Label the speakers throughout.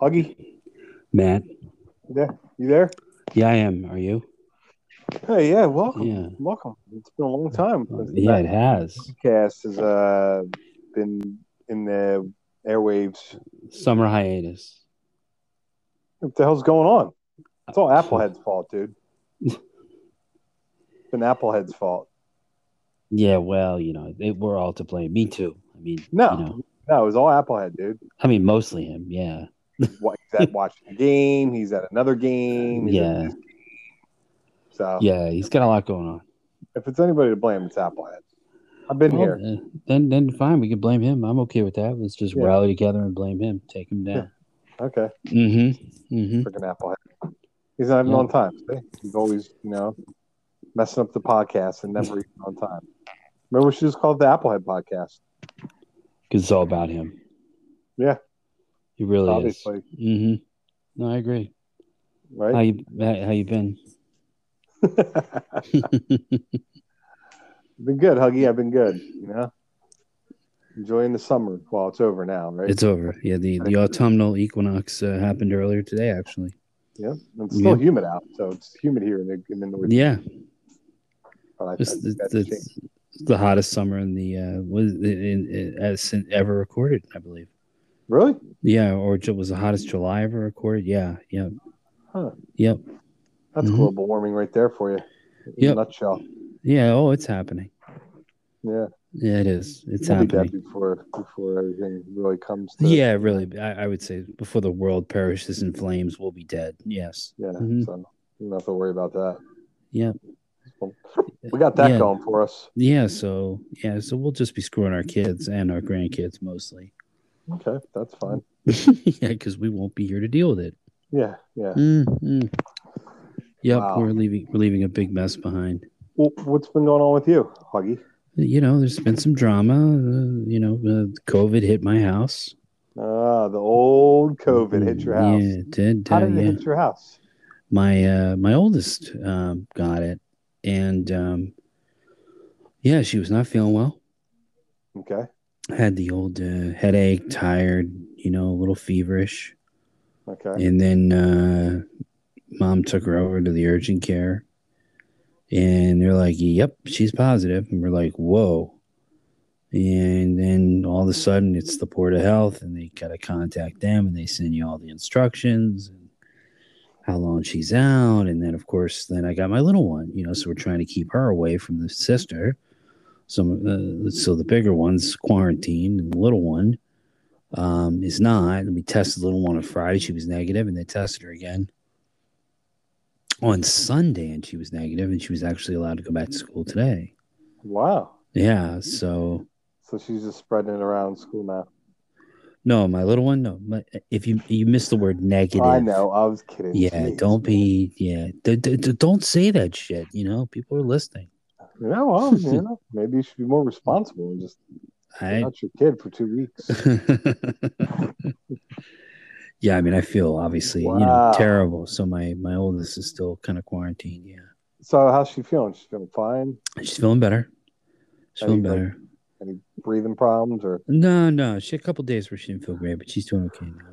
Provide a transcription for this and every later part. Speaker 1: Huggy,
Speaker 2: Matt.
Speaker 1: you there?
Speaker 2: Yeah, I am. Are you?
Speaker 1: Hey, yeah, welcome,
Speaker 2: Yeah.
Speaker 1: welcome. It's been a long time. since the
Speaker 2: Yeah, it has.
Speaker 1: podcast has uh, been in the airwaves.
Speaker 2: Summer hiatus.
Speaker 1: What the hell's going on? It's all Applehead's fault, dude. It's been Applehead's fault.
Speaker 2: Yeah, well, you know, it, we're all to blame. Me too. I mean,
Speaker 1: No.
Speaker 2: you know,
Speaker 1: No, it was all Applehead, dude.
Speaker 2: I mean, mostly him. Yeah,
Speaker 1: Wa- He's at watching a game. He's at another game. he's at
Speaker 2: yeah,
Speaker 1: this game. So
Speaker 2: yeah. He's got a lot going on.
Speaker 1: if it's anybody to blame, it's Applehead. I've been
Speaker 2: Well,
Speaker 1: here.
Speaker 2: uh, Then, then fine. We can blame him. I'm okay with that. Let's just
Speaker 1: Yeah.
Speaker 2: rally together and blame him. Take him down.
Speaker 1: Okay,
Speaker 2: Mm-hmm. Mm-hmm.
Speaker 1: freaking Applehead. He's not even
Speaker 2: Yeah.
Speaker 1: on time. see? He's always, you know, messing up the podcast and never even on time. Maybe we should just call it the Applehead podcast.
Speaker 2: Because it's all about him.
Speaker 1: Yeah.
Speaker 2: He really
Speaker 1: obviously,
Speaker 2: is. Mm-hmm. No, I agree. How
Speaker 1: right?
Speaker 2: you how, how you been?
Speaker 1: been good, Huggy. I've been good. You know, enjoying the summer. Well, it's over now, right?
Speaker 2: It's over. Yeah, the, the autumnal equinox uh, happened earlier today, actually.
Speaker 1: yeah, it's still
Speaker 2: Yeah.
Speaker 1: humid
Speaker 2: humid
Speaker 1: out, so it's humid here in the, in the north.
Speaker 2: Yeah,
Speaker 1: But I,
Speaker 2: it's,
Speaker 1: think
Speaker 2: it's,
Speaker 1: that's changed.
Speaker 2: it's the hottest summer in the uh, was in, in, as sin- ever recorded, I believe.
Speaker 1: really
Speaker 2: Yeah, or it was the hottest July ever recorded. Yeah, yeah,
Speaker 1: Huh.
Speaker 2: yep,
Speaker 1: that's
Speaker 2: Mhm.
Speaker 1: global warming right there for you. In
Speaker 2: Yep.
Speaker 1: a nutshell.
Speaker 2: yeah. Oh, it's happening.
Speaker 1: Yeah,
Speaker 2: Yeah, it is. It's
Speaker 1: we'll be
Speaker 2: happening.
Speaker 1: dead before before everything really comes. To,
Speaker 2: Yeah, really. I, I would say before the world perishes in flames, we'll be dead. Yes.
Speaker 1: yeah.
Speaker 2: Mhm.
Speaker 1: So you don't have to worry about that.
Speaker 2: Yeah.
Speaker 1: We got that
Speaker 2: Yeah.
Speaker 1: going for us.
Speaker 2: Yeah. So yeah. So we'll just be screwing our kids and our grandkids mostly.
Speaker 1: Okay, that's fine.
Speaker 2: yeah, because we won't be here to deal with it.
Speaker 1: Yeah, yeah.
Speaker 2: Mm, mm. Yep,
Speaker 1: Wow.
Speaker 2: we're leaving. We're leaving a big mess behind.
Speaker 1: Well, what's been going on with you, Huggy?
Speaker 2: You know, there's been some drama. Uh, you know, uh, COVID hit my house.
Speaker 1: Ah, the old COVID hit your house.
Speaker 2: Yeah, it did.
Speaker 1: How
Speaker 2: uh,
Speaker 1: did it
Speaker 2: yeah.
Speaker 1: hit your house?
Speaker 2: my uh, my oldest um, got it, and um, yeah, she was not feeling well.
Speaker 1: Okay.
Speaker 2: Had the old uh, headache, tired. You know, a little feverish.
Speaker 1: Okay.
Speaker 2: And then uh, mom took her over to the urgent care. And they're like, yep, she's positive. And we're like, whoa. And then all of a sudden, it's the Port of Health, and they got to contact them and they send you all the instructions and how long she's out. And then, of course, then I got my little one, you know, so we're trying to keep her away from the sister. So, uh, so the bigger one's quarantined, and the little one um, is not. We tested the little one on Friday. She was negative, and they tested her again on Sunday, and she was negative, and she was actually allowed to go back to school today.
Speaker 1: Wow.
Speaker 2: Yeah. So
Speaker 1: So she's just spreading it around school now.
Speaker 2: no, my little one. No, my, if you you missed the word negative,
Speaker 1: I know. I was kidding.
Speaker 2: Yeah,
Speaker 1: Jeez.
Speaker 2: don't be. Yeah, d- d- d- don't say that shit. You know, people are listening.
Speaker 1: You know, well, you know, maybe you should be more responsible and just
Speaker 2: I.
Speaker 1: not your kid for two weeks.
Speaker 2: yeah, I mean, I feel obviously you know
Speaker 1: Wow.
Speaker 2: terrible. So my my oldest is still kind of quarantined. Yeah.
Speaker 1: So how's she feeling? She's feeling fine.
Speaker 2: She's feeling better. She's
Speaker 1: Are
Speaker 2: feeling
Speaker 1: you, like-
Speaker 2: better.
Speaker 1: Any breathing problems or?
Speaker 2: No, no. She had a couple days where she didn't feel great, but she's doing okay now.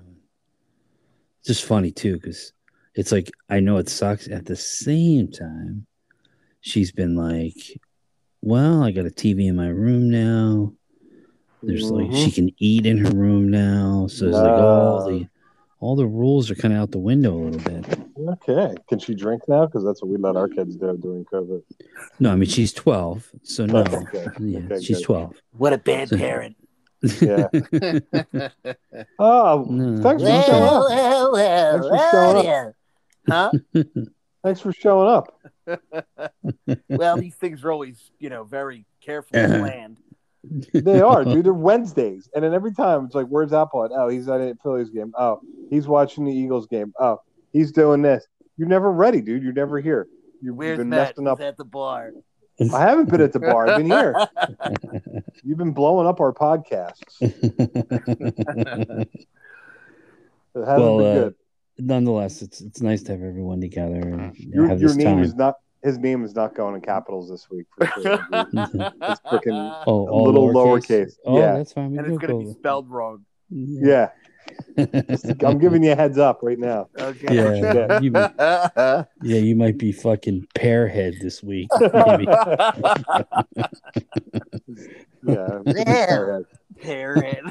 Speaker 2: It's just funny too, because it's like I know it sucks. At the same time, she's been like, "Well, I got a TV in my room now. There's like
Speaker 1: Mm-hmm.
Speaker 2: she can eat in her room now. So it's like all the all the rules are kind of out the window a little bit.
Speaker 1: Mhm. okay. Can she drink now? Because that's what we let our kids do during COVID.
Speaker 2: No, I mean she's twelve, so no.
Speaker 1: Okay, good.
Speaker 2: Yeah,
Speaker 1: Okay,
Speaker 2: she's
Speaker 1: good.
Speaker 2: twelve.
Speaker 3: What a bad
Speaker 2: So-
Speaker 3: parent.
Speaker 1: Yeah. Oh,
Speaker 2: No.
Speaker 1: thanks for
Speaker 2: Well,
Speaker 1: showing up.
Speaker 3: well, well,
Speaker 1: Thanks for showing up.
Speaker 3: yeah. Huh?
Speaker 1: Thanks for showing up.
Speaker 3: well, these things are always, you know, very carefully
Speaker 2: Uh-huh.
Speaker 3: planned.
Speaker 1: They are, dude. They're Wednesdays, and then every time it's like, "Where's Apple?" Oh, he's at a Phillies game. Oh, he's watching the Eagles game. Oh, he's doing this. You're never ready, dude. You're never here. You've
Speaker 3: Where's
Speaker 1: been
Speaker 3: Matt?
Speaker 1: messing up.
Speaker 3: He's at the bar.
Speaker 1: I haven't been at the bar. I've been here. You've been blowing up our podcasts. It hasn't
Speaker 2: Well,
Speaker 1: been
Speaker 2: uh,
Speaker 1: good.
Speaker 2: nonetheless, it's it's nice to have everyone together and
Speaker 1: Uh, Your,
Speaker 2: have
Speaker 1: your
Speaker 2: this
Speaker 1: name
Speaker 2: time.
Speaker 1: is not. His name is not going in capitals this week. For sure. dude.
Speaker 2: freaking-
Speaker 1: freaking-
Speaker 2: oh,
Speaker 1: little lowercase.
Speaker 2: Oh,
Speaker 1: Yeah.
Speaker 2: that's fine. We
Speaker 3: and
Speaker 2: can
Speaker 3: it's
Speaker 2: go
Speaker 3: going to be
Speaker 2: over.
Speaker 3: spelled wrong.
Speaker 1: Yeah. I'm giving you a heads up right now.
Speaker 3: Okay.
Speaker 2: Yeah, you- yeah, you might be fucking pearhead this week. Maybe.
Speaker 1: Yeah.
Speaker 3: Yeah. Parrot.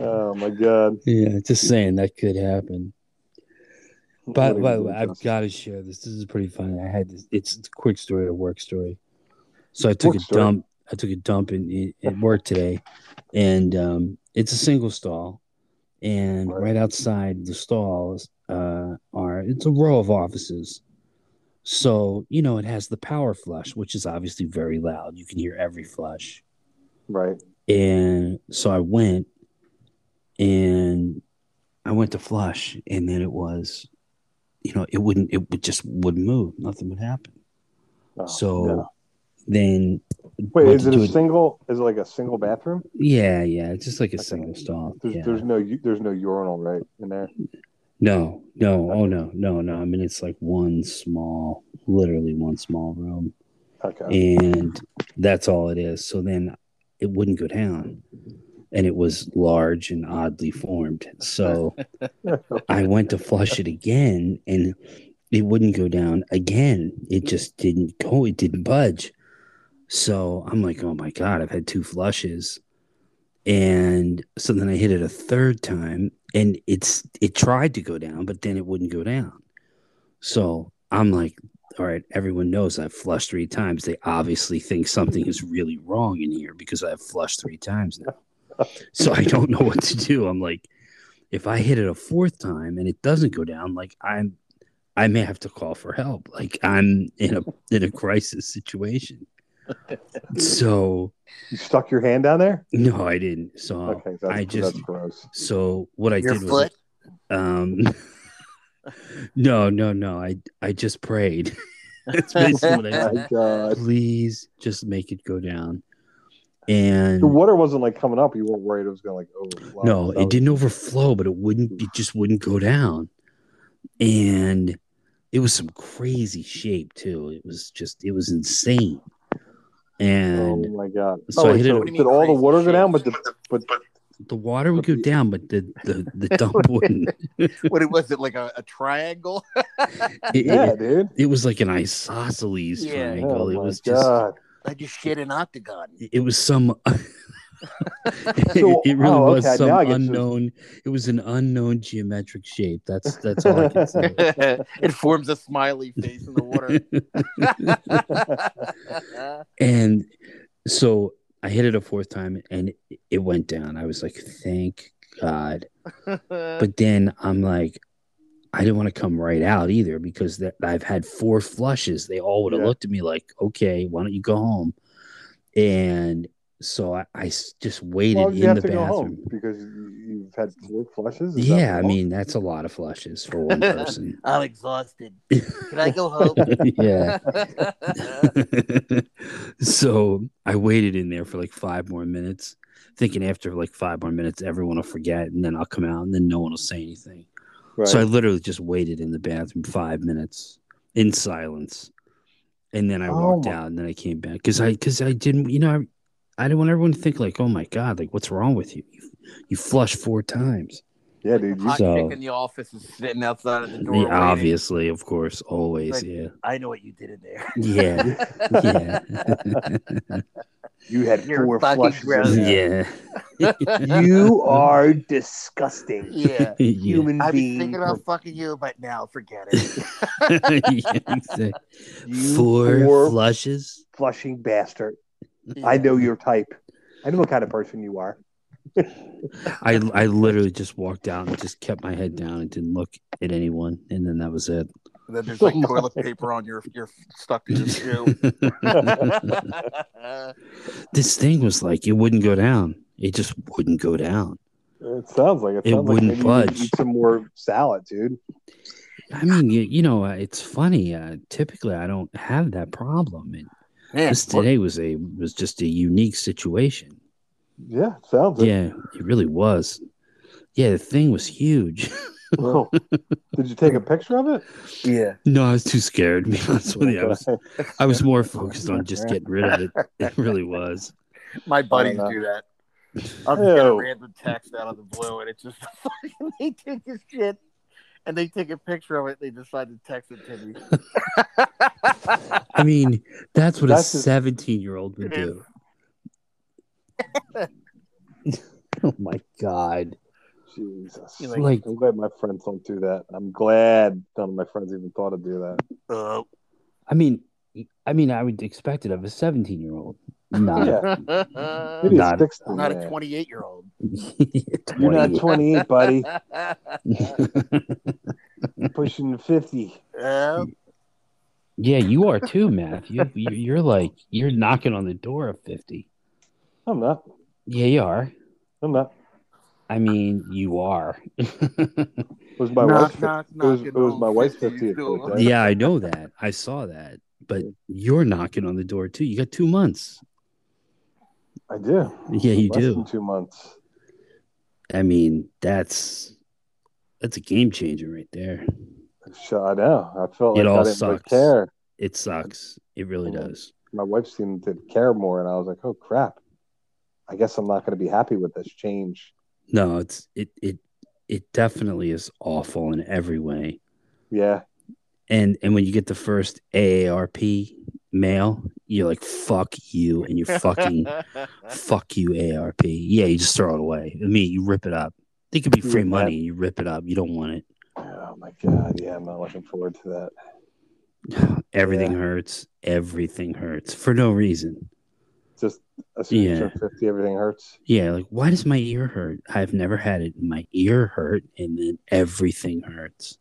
Speaker 1: Oh my god.
Speaker 2: yeah, just saying that could happen. By,
Speaker 1: What a
Speaker 2: by the way,
Speaker 1: ridiculous-
Speaker 2: I've got to share this. This is pretty funny. I had this. It's a quick story, a work story. So I took
Speaker 1: Work
Speaker 2: a
Speaker 1: story.
Speaker 2: dump. I took a dump in, in, at work today, and um, it's a single stall, and
Speaker 1: Right.
Speaker 2: right outside the stalls uh, are it's a row of offices. So you know it has the power flush, which is obviously very loud. You can hear every flush.
Speaker 1: Right.
Speaker 2: And so I went and I went to flush and then it was you know, it wouldn't it would just wouldn't move. Nothing would happen.
Speaker 1: Oh,
Speaker 2: so
Speaker 1: no.
Speaker 2: then
Speaker 1: wait,
Speaker 2: went
Speaker 1: is
Speaker 2: to
Speaker 1: it
Speaker 2: do
Speaker 1: a single? Is it like a single bathroom?
Speaker 2: Yeah, yeah. It's just like a
Speaker 1: Okay.
Speaker 2: single stall.
Speaker 1: There's,
Speaker 2: yeah.
Speaker 1: there's no u- there's no urinal right in there.
Speaker 2: No, no, oh no, no, no. I mean it's like one small literally one small room.
Speaker 1: Okay.
Speaker 2: and that's all it is. So then it wouldn't go down, and it was large and oddly formed. So I went to flush it again, and it wouldn't go down again. It just didn't go. It didn't budge. So I'm like, oh my god, I've had two flushes, and so then I hit it a third time, and it's it tried to go down, but then it wouldn't go down. So I'm like, all right, everyone knows I've flushed three times. They obviously think something is really wrong in here because I've flushed three times now. So I don't know what to do. I'm like, if I hit it a fourth time and it doesn't go down, like I'm, I may have to call for help. Like I'm in a in a crisis situation. So
Speaker 1: You stuck your hand down there?
Speaker 2: no, I didn't. So
Speaker 1: Okay, that's,
Speaker 2: I just-
Speaker 1: that's gross.
Speaker 2: so what I
Speaker 3: Your
Speaker 2: did
Speaker 3: foot?
Speaker 2: was um no no no I I just prayed. That's basically what I
Speaker 1: My
Speaker 2: did.
Speaker 1: God.
Speaker 2: Please just make it go down. And
Speaker 1: The water wasn't like coming up. You weren't worried it was gonna like overflow.
Speaker 2: no,
Speaker 1: That
Speaker 2: it didn't overflow, but it wouldn't it just wouldn't go down. And it was some crazy shape too. It was just it was insane.
Speaker 1: was-
Speaker 2: And
Speaker 1: Oh my god.
Speaker 2: so
Speaker 1: oh,
Speaker 2: I
Speaker 1: wait,
Speaker 2: hit
Speaker 1: so
Speaker 2: it.
Speaker 3: it-
Speaker 1: did all the water go down? But the but
Speaker 2: The water would go down, but the the, the dump wouldn't.
Speaker 3: what it was it like a, a triangle?
Speaker 2: It,
Speaker 1: yeah,
Speaker 2: it,
Speaker 1: dude.
Speaker 2: it was like an isosceles
Speaker 3: Yeah.
Speaker 2: triangle.
Speaker 1: Oh
Speaker 2: it
Speaker 1: my
Speaker 2: was just
Speaker 1: god.
Speaker 3: I just shit an octagon.
Speaker 2: it was some
Speaker 1: So-
Speaker 2: it really
Speaker 1: oh,
Speaker 2: was
Speaker 1: okay,
Speaker 2: some
Speaker 1: now I get you.
Speaker 2: unknown it was an unknown geometric shape that's that's all i can say
Speaker 3: it forms a smiley face in the water.
Speaker 2: and so i hit it a fourth time and it went down i was like thank god
Speaker 3: Uh,
Speaker 2: but then i'm like i didn't want to come right out either because that i've had four flushes they all would have
Speaker 1: Yeah.
Speaker 2: looked at me like okay why don't you go home and so i, I s- just waited
Speaker 1: Well, you
Speaker 2: in
Speaker 1: have
Speaker 2: the
Speaker 1: to go
Speaker 2: bathroom
Speaker 1: home because you- you've had four flushes. Is that
Speaker 2: Yeah, I
Speaker 1: wrong?
Speaker 2: mean that's a lot of flushes for one person.
Speaker 3: I'm exhausted. Can I go home?
Speaker 2: yeah. so I waited in there for like five more minutes, thinking after like five more minutes everyone will forget, and then I'll come out, and then no one will say anything.
Speaker 1: right.
Speaker 2: So I literally just waited in the bathroom five minutes in silence, and then I
Speaker 1: Oh
Speaker 2: walked
Speaker 1: my-
Speaker 2: out, and then I came back because I because I didn't, you know, I, I didn't want everyone to think like, oh my god, like what's wrong with you? You, you flush four times.
Speaker 1: yeah, dude. You,
Speaker 3: Hot
Speaker 2: So-
Speaker 3: chick in the office is sitting outside of the door.
Speaker 2: Yeah,
Speaker 3: waiting.
Speaker 2: obviously, of course, always,
Speaker 3: Like-
Speaker 2: yeah.
Speaker 3: I know what you did in there.
Speaker 2: Yeah. Yeah.
Speaker 1: you had
Speaker 3: You're
Speaker 1: four
Speaker 3: fucking
Speaker 1: flushes.
Speaker 3: gross.
Speaker 1: in there.
Speaker 2: yeah.
Speaker 1: You are disgusting.
Speaker 3: yeah.
Speaker 2: Yeah.
Speaker 1: Human
Speaker 3: I've been
Speaker 1: being.
Speaker 3: thinking about fucking you, but now forget it.
Speaker 2: Yeah, exactly.
Speaker 1: You
Speaker 2: Four,
Speaker 1: four-
Speaker 2: flushes.
Speaker 1: flushing bastard.
Speaker 3: Yeah.
Speaker 1: I know your type. I know what kind of person you are.
Speaker 2: I I literally just walked out and just kept my head down and didn't look at anyone, and then that was it.
Speaker 3: And then there's
Speaker 1: Oh
Speaker 3: like
Speaker 1: my.
Speaker 3: toilet paper on your your stuck to your shoe.
Speaker 2: this thing was like it wouldn't go down. It just wouldn't go down.
Speaker 1: It sounds like it.
Speaker 2: It
Speaker 1: sounds like maybe you need
Speaker 2: wouldn't
Speaker 1: to
Speaker 2: budge.
Speaker 1: Eat some more salad, dude.
Speaker 2: I mean, you, you know, uh, it's funny. Uh, typically, I don't have that problem. And
Speaker 3: Man,
Speaker 2: this today was a was just a unique situation.
Speaker 1: Yeah, it sounds. like-
Speaker 2: Yeah, it really was. Yeah, the thing was huge.
Speaker 1: Wow.
Speaker 2: Oh.
Speaker 1: Did you take a picture of it?
Speaker 3: yeah.
Speaker 2: no, I was too scared. To be honest with you, I was, I was more focused on just getting rid of it. It really was.
Speaker 3: My buddies
Speaker 2: Uh,
Speaker 1: know.
Speaker 3: do that. I'll just get a
Speaker 1: Ew.
Speaker 3: random text out of the blue, and it's just fucking. They take a shit, and they take a picture of it. And they decide to text it to me.
Speaker 2: I mean, that's what
Speaker 1: That's
Speaker 2: a
Speaker 1: just-
Speaker 2: 17 year old would do. oh my God.
Speaker 1: Jesus.
Speaker 3: You're like-
Speaker 2: Like,
Speaker 1: I'm glad my friends don't do that. I'm glad none of my friends even thought to do that.
Speaker 3: Uh,
Speaker 2: I mean, I mean, I would expect it of a 17 year old. Not,
Speaker 1: Yeah. Maybe
Speaker 3: I'm
Speaker 1: it's
Speaker 2: Not-
Speaker 1: 16,
Speaker 3: not
Speaker 1: yeah.
Speaker 3: a 28 year old.
Speaker 1: You're not 28, buddy.
Speaker 3: yeah.
Speaker 2: 20.
Speaker 1: You're pushing 50.
Speaker 2: yeah, you are too, Matthew. You- You're like, you're knocking on the door of 50.
Speaker 1: I'm not.
Speaker 2: Yeah, you are.
Speaker 1: I'm not.
Speaker 2: I mean, you are.
Speaker 1: It was my
Speaker 3: knock,
Speaker 1: wife.
Speaker 3: knock,
Speaker 1: It was-
Speaker 3: knock,
Speaker 1: it was
Speaker 3: on
Speaker 1: my wife's
Speaker 3: 50th
Speaker 1: 50th birthday.
Speaker 3: door.
Speaker 2: yeah, I know that. I saw that. But you're knocking on the door too. You got two months.
Speaker 1: I do.
Speaker 2: Yeah, you
Speaker 1: Less
Speaker 2: do.
Speaker 1: Than two months.
Speaker 2: I mean, that's that's a game changer right there.
Speaker 1: Shut I know. I felt
Speaker 2: It
Speaker 1: like
Speaker 2: all
Speaker 1: I didn't really
Speaker 2: sucks.
Speaker 1: care.
Speaker 2: It sucks. It really
Speaker 1: Mhm.
Speaker 2: does.
Speaker 1: My wife seemed to care more, and I was like, "Oh crap! I guess I'm not going to be happy with this change."
Speaker 2: No, it's it it it definitely is awful in every way.
Speaker 1: Yeah,
Speaker 2: And and when you get the first AARP mail, you're like, fuck you, and you fucking fuck you AARP. Yeah, you just throw it away. I mean, you rip it up. It could be free
Speaker 1: Yeah.
Speaker 2: money. You rip it up. You don't want it.
Speaker 1: Oh my god, yeah, I'm not looking forward to that.
Speaker 2: Everything
Speaker 1: Yeah.
Speaker 2: hurts. Everything hurts for no reason.
Speaker 1: Just as soon as
Speaker 2: Yeah.
Speaker 1: you're 50, everything hurts.
Speaker 2: Yeah, like why does my ear hurt? I've never had it. My ear hurt, and then everything hurts.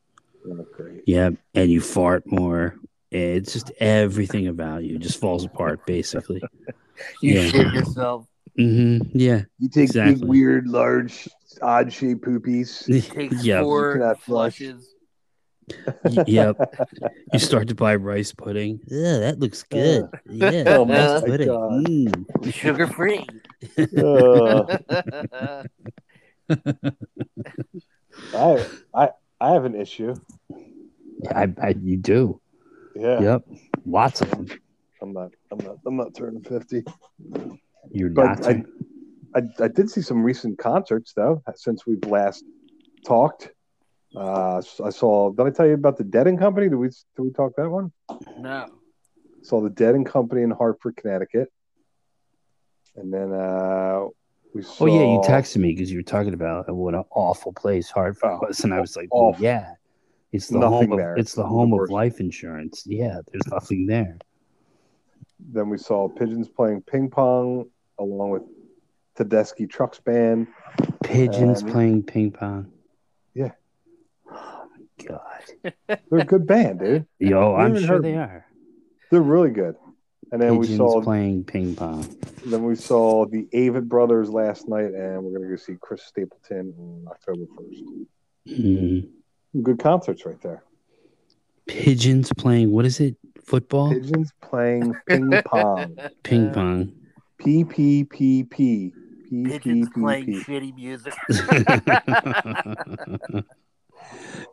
Speaker 1: Oh, great.
Speaker 2: Yeah, and you fart more. It's just everything about you just falls apart, basically.
Speaker 3: You
Speaker 2: Yeah.
Speaker 3: shit yourself.
Speaker 2: hmm Yeah,
Speaker 1: You take
Speaker 2: Exactly.
Speaker 1: big, weird, large, odd shaped poopies.
Speaker 3: Takes
Speaker 2: yeah,
Speaker 1: You
Speaker 3: four
Speaker 1: cannot flush.
Speaker 3: flushes.
Speaker 2: y- yep. You start to buy rice pudding. Yeah, that looks good. Yeah,
Speaker 1: Oh,
Speaker 2: rice
Speaker 1: my
Speaker 2: pudding.
Speaker 1: God.
Speaker 2: Mm.
Speaker 3: Sugar free.
Speaker 1: Ugh. I, I, I have an issue.
Speaker 2: I, I, you do.
Speaker 1: Yeah,
Speaker 2: Yep, lots of them.
Speaker 1: I'm not, I'm not, I'm not turning 50.
Speaker 2: You're
Speaker 1: But
Speaker 2: not.
Speaker 1: I- I, I did see some recent concerts though since we've last talked. Uh, I saw. Did I tell you about the Dead and Company? Did we did we talk that one?
Speaker 3: no.
Speaker 1: Saw the Dead and Company in Hartford, Connecticut, and then uh, we saw.
Speaker 2: Oh yeah, you texted me because you were talking about what an awful place Hartford
Speaker 1: Oh,
Speaker 2: was, and I was like, well,
Speaker 1: awful.
Speaker 2: yeah, it's the
Speaker 1: Nothing
Speaker 2: home of
Speaker 1: there.
Speaker 2: it's the
Speaker 1: The
Speaker 2: home of
Speaker 1: worst.
Speaker 2: life insurance. Yeah, there's nothing there.
Speaker 1: Then we saw Pigeons playing ping pong along with Tedeschi Trucks Band.
Speaker 2: Pigeons
Speaker 1: Um,
Speaker 2: playing ping pong.
Speaker 1: Yeah.
Speaker 2: Oh my god.
Speaker 1: They're a good band, dude.
Speaker 2: Yo, I'm
Speaker 1: haven't
Speaker 2: sure
Speaker 1: heard
Speaker 2: they are.
Speaker 1: They're really good. And then we
Speaker 2: Pigeons
Speaker 1: saw
Speaker 2: playing ping pong.
Speaker 1: then we saw the Avid Brothers last night, and we're gonna go see Chris Stapleton on October first.
Speaker 2: Mm.
Speaker 1: Good concerts right there.
Speaker 2: Pigeons playing. What is it? Football?
Speaker 1: Pigeons playing ping pong.
Speaker 2: Ping pong.
Speaker 1: P P P P P P
Speaker 3: Pigeons
Speaker 1: P
Speaker 3: playing
Speaker 1: P.
Speaker 3: shitty music.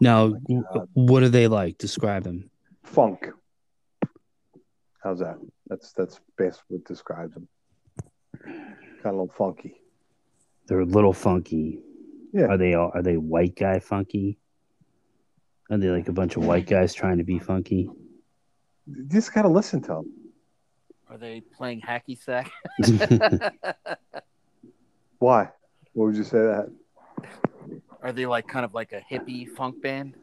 Speaker 2: now,
Speaker 1: Oh my God.
Speaker 2: what are they like? Describe them.
Speaker 1: Funk. How's that? That's that's best what describes them. Kind of a little funky.
Speaker 2: They're a little funky.
Speaker 1: Yeah.
Speaker 2: Are they all, are they white guy funky? Are they like a bunch of white guys trying to be funky?
Speaker 1: You just gotta listen to them.
Speaker 3: Are they playing hacky sack?
Speaker 1: Why? What would you say that?
Speaker 3: Are they like kind of like a hippie funk band?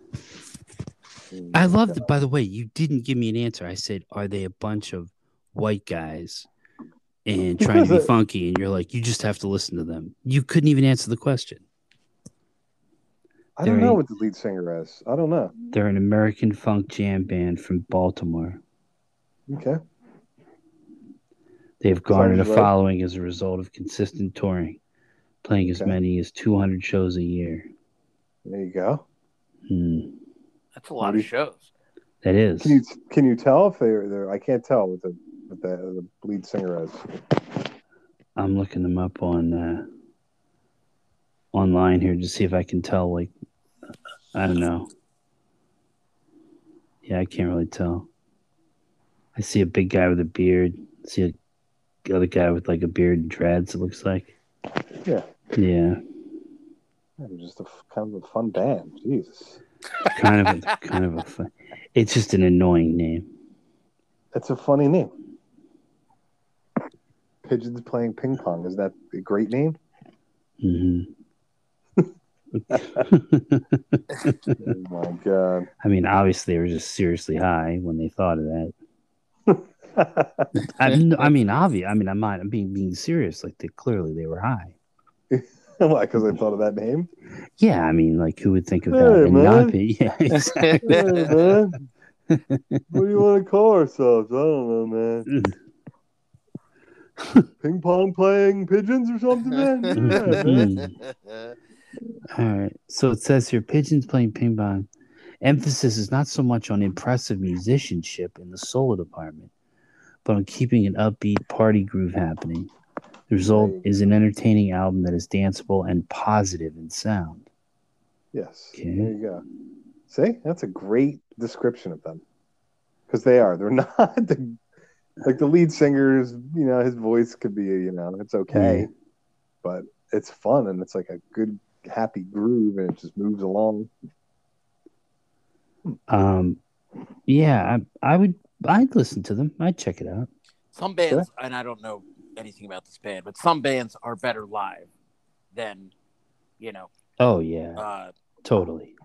Speaker 2: I love that by the way, you didn't give me an answer. I said, Are they a bunch of white guys and trying to be
Speaker 1: Because, uh,
Speaker 2: funky? And you're like, you just have to listen to them. You couldn't even answer the question.
Speaker 1: I don't know
Speaker 2: Derry.
Speaker 1: what the lead singer is. I don't know.
Speaker 2: They're an American funk jam band from Baltimore.
Speaker 1: Okay.
Speaker 2: They've garnered a
Speaker 1: Sounds right.
Speaker 2: following as a result of consistent touring, playing as
Speaker 1: Okay.
Speaker 2: many as 200 shows a year.
Speaker 1: There you go.
Speaker 2: Hmm.
Speaker 3: That's a lot of
Speaker 1: Maybe.
Speaker 3: shows.
Speaker 2: That is.
Speaker 1: Can you can you tell if they're there? I can't tell what the what the, the lead singer is.
Speaker 2: I'm looking them up on uh, online here to see if I can tell. Like, I don't know. Yeah, I can't really tell. I see a big guy with a beard. I see a other guy with like a beard and dreads. It looks like.
Speaker 1: Yeah.
Speaker 2: Yeah.
Speaker 1: They were just a f- kind of a fun band. Jesus,
Speaker 2: Kind of. A, kind of a. Fun. It's just an annoying name.
Speaker 1: that's a funny name. Pigeons playing ping pong. Is that a great name?
Speaker 2: Mm-hmm. hmm
Speaker 1: oh my god.
Speaker 2: I mean, obviously, they were just seriously high when they thought of that. I, mean, I mean, obvious. I mean, I'm not. I'm being being serious. Like, they, clearly, they were high.
Speaker 1: Why? Because I thought of that name.
Speaker 2: Yeah, I mean, like, who would think of
Speaker 1: Hey,
Speaker 2: that? and not
Speaker 1: man.
Speaker 2: be- Yeah, exactly.
Speaker 1: Hey, man. what do you want to call ourselves? I don't know, man. Ping pong playing pigeons or something, man. Yeah, man.
Speaker 2: Mm-hmm. All right. So it says here pigeons playing ping pong. Emphasis is not so much on impressive musicianship in the solo department, but on keeping an upbeat party groove happening. The result is an entertaining album that is danceable and positive in sound.
Speaker 1: Yes.
Speaker 2: Okay.
Speaker 1: There you go. See, that's a great description of them. Because they are. They're not the, like the lead singer's, you know, his voice could be, you know, it's okay.
Speaker 2: Yeah.
Speaker 1: But it's fun and it's like a good, happy groove and it just moves along.
Speaker 2: Um, yeah, I, I would. I'd listen to them. I'd check it out.
Speaker 4: some bands, and I don't know anything about this band, but some bands are better live than, you know,
Speaker 2: Oh yeah,
Speaker 4: uh,
Speaker 2: totally.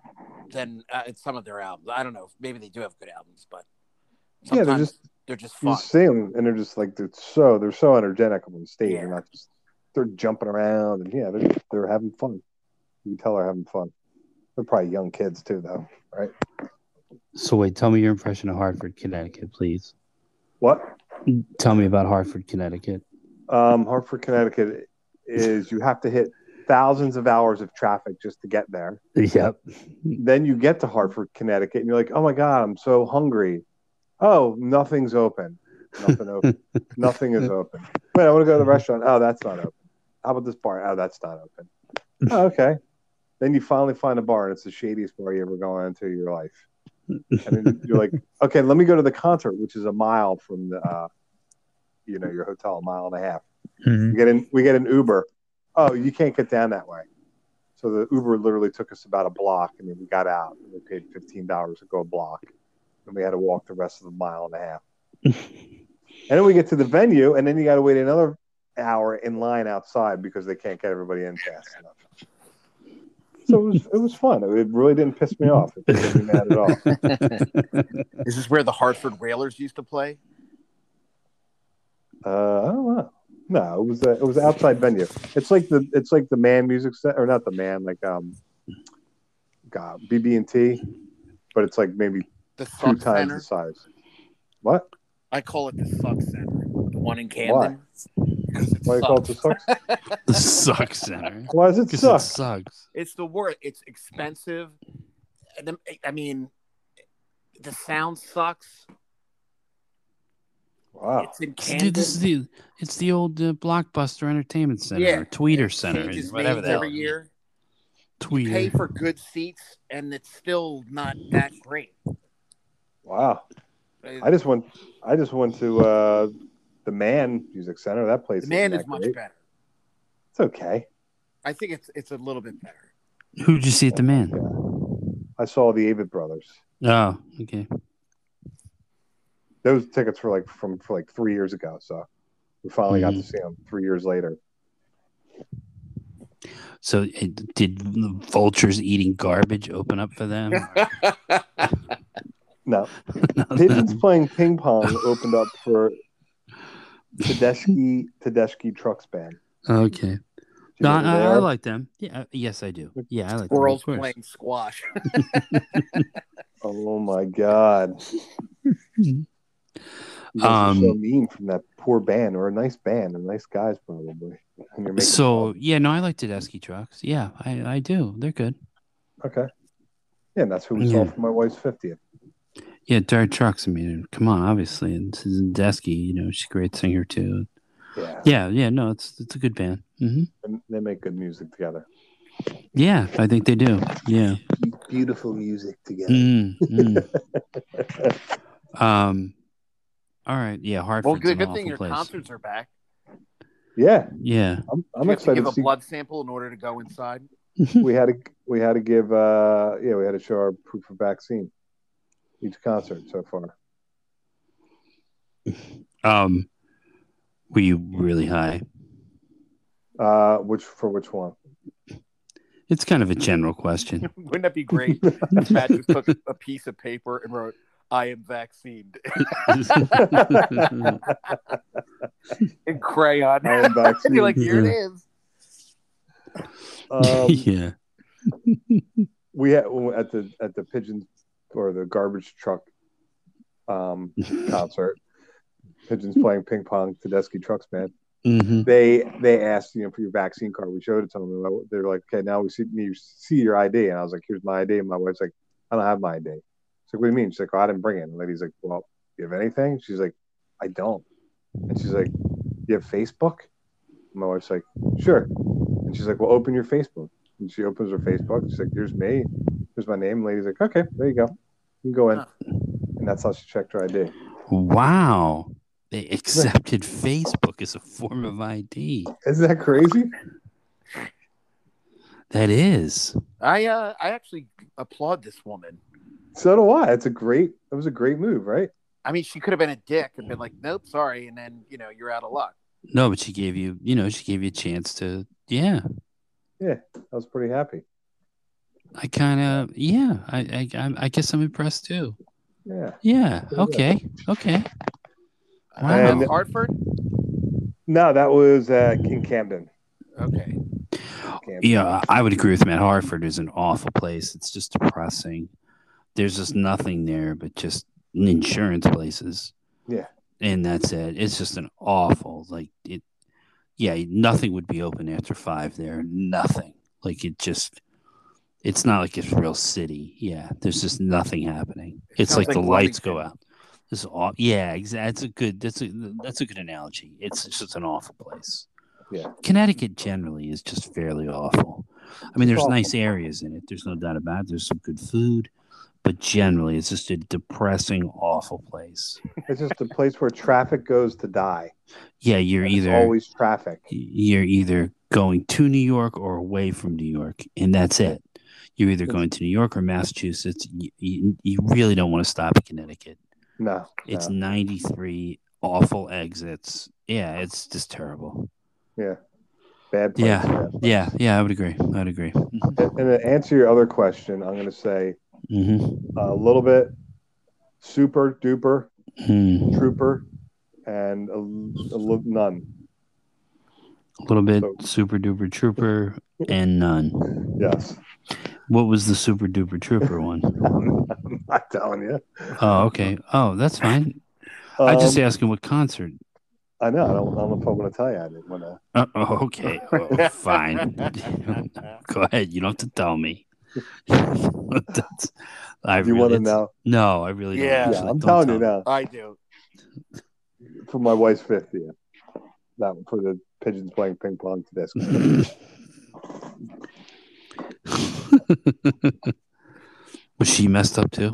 Speaker 4: than uh, it's some of their albums. I don't know. Maybe they do have good albums, but
Speaker 1: yeah,
Speaker 4: sometimes
Speaker 1: they're just,
Speaker 4: they're just
Speaker 1: you
Speaker 4: fun.
Speaker 1: just see them and they're just like, they're so, they're so energetic on stage.
Speaker 4: Yeah.
Speaker 1: They're not just, they're jumping around and yeah, they're, they're having fun. You can tell they're having fun. They're probably young kids too, though.
Speaker 2: So wait, tell me your impression of Hartford, Connecticut, please.
Speaker 1: What?
Speaker 2: Tell me about Hartford, Connecticut.
Speaker 1: Um, Hartford, Connecticut is you have to hit thousands of hours of traffic just to get there.
Speaker 2: Yep.
Speaker 1: Then you get to Hartford, Connecticut, and you're like, oh my God, I'm so hungry. Oh, nothing's open. Nothing open. Nothing is open. Wait, I want to go to the restaurant. Oh, that's not open. How about this bar? Oh, that's not open. Oh, okay. Then you finally find a bar, and it's the shadiest bar you ever gone into in your life. And then you're like, okay, let me go to the concert, which is a mile from the, uh, you know, your hotel, a mile and a half. We get an we get an Uber. Oh, you can't get down that way. So the Uber literally took us about a block, and then we got out. And we paid fifteen dollars to go a block, and we had to walk the rest of the mile and a half. and then we get to the venue, and then you got to wait another hour in line outside because they can't get everybody in fast enough. So it was it was fun. It really didn't piss me off. It didn't get me mad at all.
Speaker 4: Is this where the Hartford Whalers used to play?
Speaker 1: Uh, I don't know. No, it was a, it was outside venue. It's like the it's like the man music center or not the man like um, God BB and T, but it's like maybe
Speaker 4: The
Speaker 1: two
Speaker 4: Suck
Speaker 1: times
Speaker 4: Center.
Speaker 1: the size. What?
Speaker 4: I call it the Suck Center. The one in Camden. Because it
Speaker 1: Why you call it the
Speaker 4: sucks.
Speaker 1: sucks?
Speaker 2: the suck center.
Speaker 1: Why does it
Speaker 2: Because
Speaker 1: suck?
Speaker 2: it sucks.
Speaker 4: It's the word. It's expensive. And the- I mean, the sound sucks.
Speaker 1: Wow.
Speaker 4: It's in Camden.
Speaker 2: Dude, this is the it's the old uh, blockbuster entertainment center
Speaker 4: Yeah.
Speaker 2: or tweeter center,
Speaker 4: Changes
Speaker 2: whatever
Speaker 4: names
Speaker 2: the hell.
Speaker 4: every year. Pay
Speaker 2: Tweeter.
Speaker 4: for good seats, and it's still not that great.
Speaker 1: Wow. I
Speaker 4: The
Speaker 1: just went I just went to uh, the man music center. That place
Speaker 4: man
Speaker 1: isn't
Speaker 4: is
Speaker 1: that
Speaker 4: much
Speaker 1: great.
Speaker 4: better.
Speaker 1: It's okay.
Speaker 4: I think it's it's a little bit better.
Speaker 2: Who'd you see at the man?
Speaker 1: I saw the Avid brothers.
Speaker 2: Oh, okay.
Speaker 1: Those tickets were like from for like three years ago, so we finally got to see them three years later.
Speaker 2: So it, did the vultures eating garbage open up for them?
Speaker 1: No,
Speaker 2: No,
Speaker 1: Pigeons playing ping pong opened up for Tedeschi Tedeschi Trucks Band.
Speaker 2: no. okay.
Speaker 1: Do you
Speaker 2: No,
Speaker 1: know who
Speaker 2: I,
Speaker 1: they
Speaker 2: I
Speaker 1: are?
Speaker 2: like them. Yeah. uh, Yes, I do. Yeah, I like
Speaker 4: Squirrels
Speaker 2: them. of course.
Speaker 4: playing squash.
Speaker 1: Oh my god! You guys
Speaker 2: Um,
Speaker 1: are so mean from that poor band, or a nice band, and nice guys probably. And you're making
Speaker 2: So
Speaker 1: fun.
Speaker 2: yeah, no, I like Tedeschi trucks. Yeah, I, I do. They're good.
Speaker 1: okay, yeah, and that's who we saw
Speaker 2: Yeah.
Speaker 1: for my wife's fiftieth.
Speaker 2: Yeah, Dart trucks. I mean, come on, obviously, and Tedeschi. You know, she's a great singer too.
Speaker 1: Yeah,
Speaker 2: Yeah, yeah, no, it's it's a good band. hmm
Speaker 1: And they make good music together.
Speaker 2: Yeah, I think they do. Yeah.
Speaker 1: Beautiful music together.
Speaker 2: Mm, mm. um. All right. Yeah, Hartford's
Speaker 4: well, good,
Speaker 2: an
Speaker 4: good
Speaker 2: awful
Speaker 4: thing your
Speaker 2: place.
Speaker 4: concerts are back.
Speaker 1: Yeah,
Speaker 2: Yeah.
Speaker 1: I'm,
Speaker 4: Do
Speaker 1: I'm
Speaker 4: you have to
Speaker 1: excited
Speaker 4: give
Speaker 1: to
Speaker 4: a
Speaker 1: see.
Speaker 4: blood sample in order to go inside.
Speaker 1: We had to we had to give uh yeah we had to show our proof of vaccine each concert so far.
Speaker 2: um, were you really high?
Speaker 1: Uh, which for which one?
Speaker 2: It's kind of a general question.
Speaker 4: Wouldn't that be great if Matt just took a piece of paper and wrote, I am vaccinated
Speaker 2: I
Speaker 4: in crayon?
Speaker 1: I am
Speaker 4: and you're like,
Speaker 1: vaccinated.
Speaker 4: here it is.
Speaker 1: Um,
Speaker 2: yeah.
Speaker 1: we had at the at the pigeon or the garbage truck um concert. Pigeons playing ping pong, Tedeschi Trucks Band.
Speaker 2: hmm
Speaker 1: they they asked you know for your vaccine card. We showed it to them. They're like, okay, now we see you see your ID, and I was like, here's my ID. And my wife's like, I don't have my ID. She's like, what do you mean? She's like, oh, I didn't bring it. And the lady's like, well, you have anything? She's like, I don't. And she's like, you have Facebook? And my wife's like, sure. And she's like, well, open your Facebook. And she opens her Facebook. She's like, here's me. Here's my name. And the lady's like, okay, there you go. You can go in.
Speaker 4: Huh.
Speaker 1: And that's how she checked her ID.
Speaker 2: Wow. They accepted Facebook as a form of ID.
Speaker 1: Isn't that crazy?
Speaker 2: That is.
Speaker 4: I uh, I actually applaud this woman.
Speaker 1: So do I. It's a great. It was a great move, right?
Speaker 4: I mean, she could have been a dick and been like, nope, sorry. And then, you know, you're out of luck.
Speaker 2: No, but she gave you, you know, she gave you a chance to, yeah.
Speaker 1: I was pretty happy.
Speaker 2: I kind of, yeah. I, I, I'm- I guess I'm impressed too.
Speaker 1: Yeah.
Speaker 2: Yeah.
Speaker 1: Yeah.
Speaker 2: Okay. Okay. Wow.
Speaker 1: And-
Speaker 4: Hartford?
Speaker 1: No, that was uh, in Camden.
Speaker 4: Okay.
Speaker 1: Camden.
Speaker 2: Oh, Yeah, I would agree with Matt. Hartford is an awful place. It's just depressing. There's just nothing there but just insurance places.
Speaker 1: Yeah.
Speaker 2: And that's it. It's just an awful, like, it, yeah, nothing would be open after five there. Nothing. Like, it just, it's not like it's real city. Yeah. There's just nothing happening.
Speaker 4: It
Speaker 2: it's
Speaker 4: sounds
Speaker 2: like, the
Speaker 4: like
Speaker 2: lights go
Speaker 4: Wilmington.
Speaker 2: out. This is all, yeah, exactly. That's a good, that's a, that's a good analogy. It's just an awful place. Connecticut generally is just fairly awful. I mean, there's
Speaker 1: Awful.
Speaker 2: nice areas in it. There's no doubt about it. There's some good food, but generally, it's just a depressing, awful place.
Speaker 1: It's just a place where traffic goes to die.
Speaker 2: Yeah, you're
Speaker 1: It's
Speaker 2: either
Speaker 1: always traffic.
Speaker 2: you're either going to New York or away from New York, and that's it. You're either going to New York or Massachusetts. You, you, you really don't want to stop in Connecticut.
Speaker 1: No,
Speaker 2: It's
Speaker 1: no.
Speaker 2: 93 awful exits. Yeah, it's just terrible.
Speaker 1: bad. Place,
Speaker 2: Yeah,
Speaker 1: bad place.
Speaker 2: yeah, yeah. I would agree. I would agree. Mm-hmm.
Speaker 1: And to answer your other question, I'm going to say
Speaker 2: hmm
Speaker 1: a little bit super duper
Speaker 2: hmm
Speaker 1: trooper and a, a li- none.
Speaker 2: A little bit
Speaker 1: So-
Speaker 2: super duper trooper and none.
Speaker 1: Yes,
Speaker 2: What was the super duper trooper one?
Speaker 1: I'm not telling you.
Speaker 2: Oh, okay. Oh, that's fine. I just
Speaker 1: Um,
Speaker 2: asking what concert.
Speaker 1: I know. I don't, I don't know if I want to tell you. I didn't want to.
Speaker 2: Uh, oh, okay. Oh, fine. Go ahead. You don't have to tell me. That's- I
Speaker 1: Do you
Speaker 2: really,
Speaker 1: want to
Speaker 2: it's-
Speaker 1: know?
Speaker 2: No, I really
Speaker 4: Yeah.
Speaker 2: don't.
Speaker 1: Yeah,
Speaker 2: actually.
Speaker 1: I'm
Speaker 2: Don't
Speaker 1: telling you
Speaker 2: tell me.
Speaker 1: now.
Speaker 4: I do.
Speaker 1: For my wife's 50th, that one for the pigeons playing ping pong to this.
Speaker 2: was she messed up too?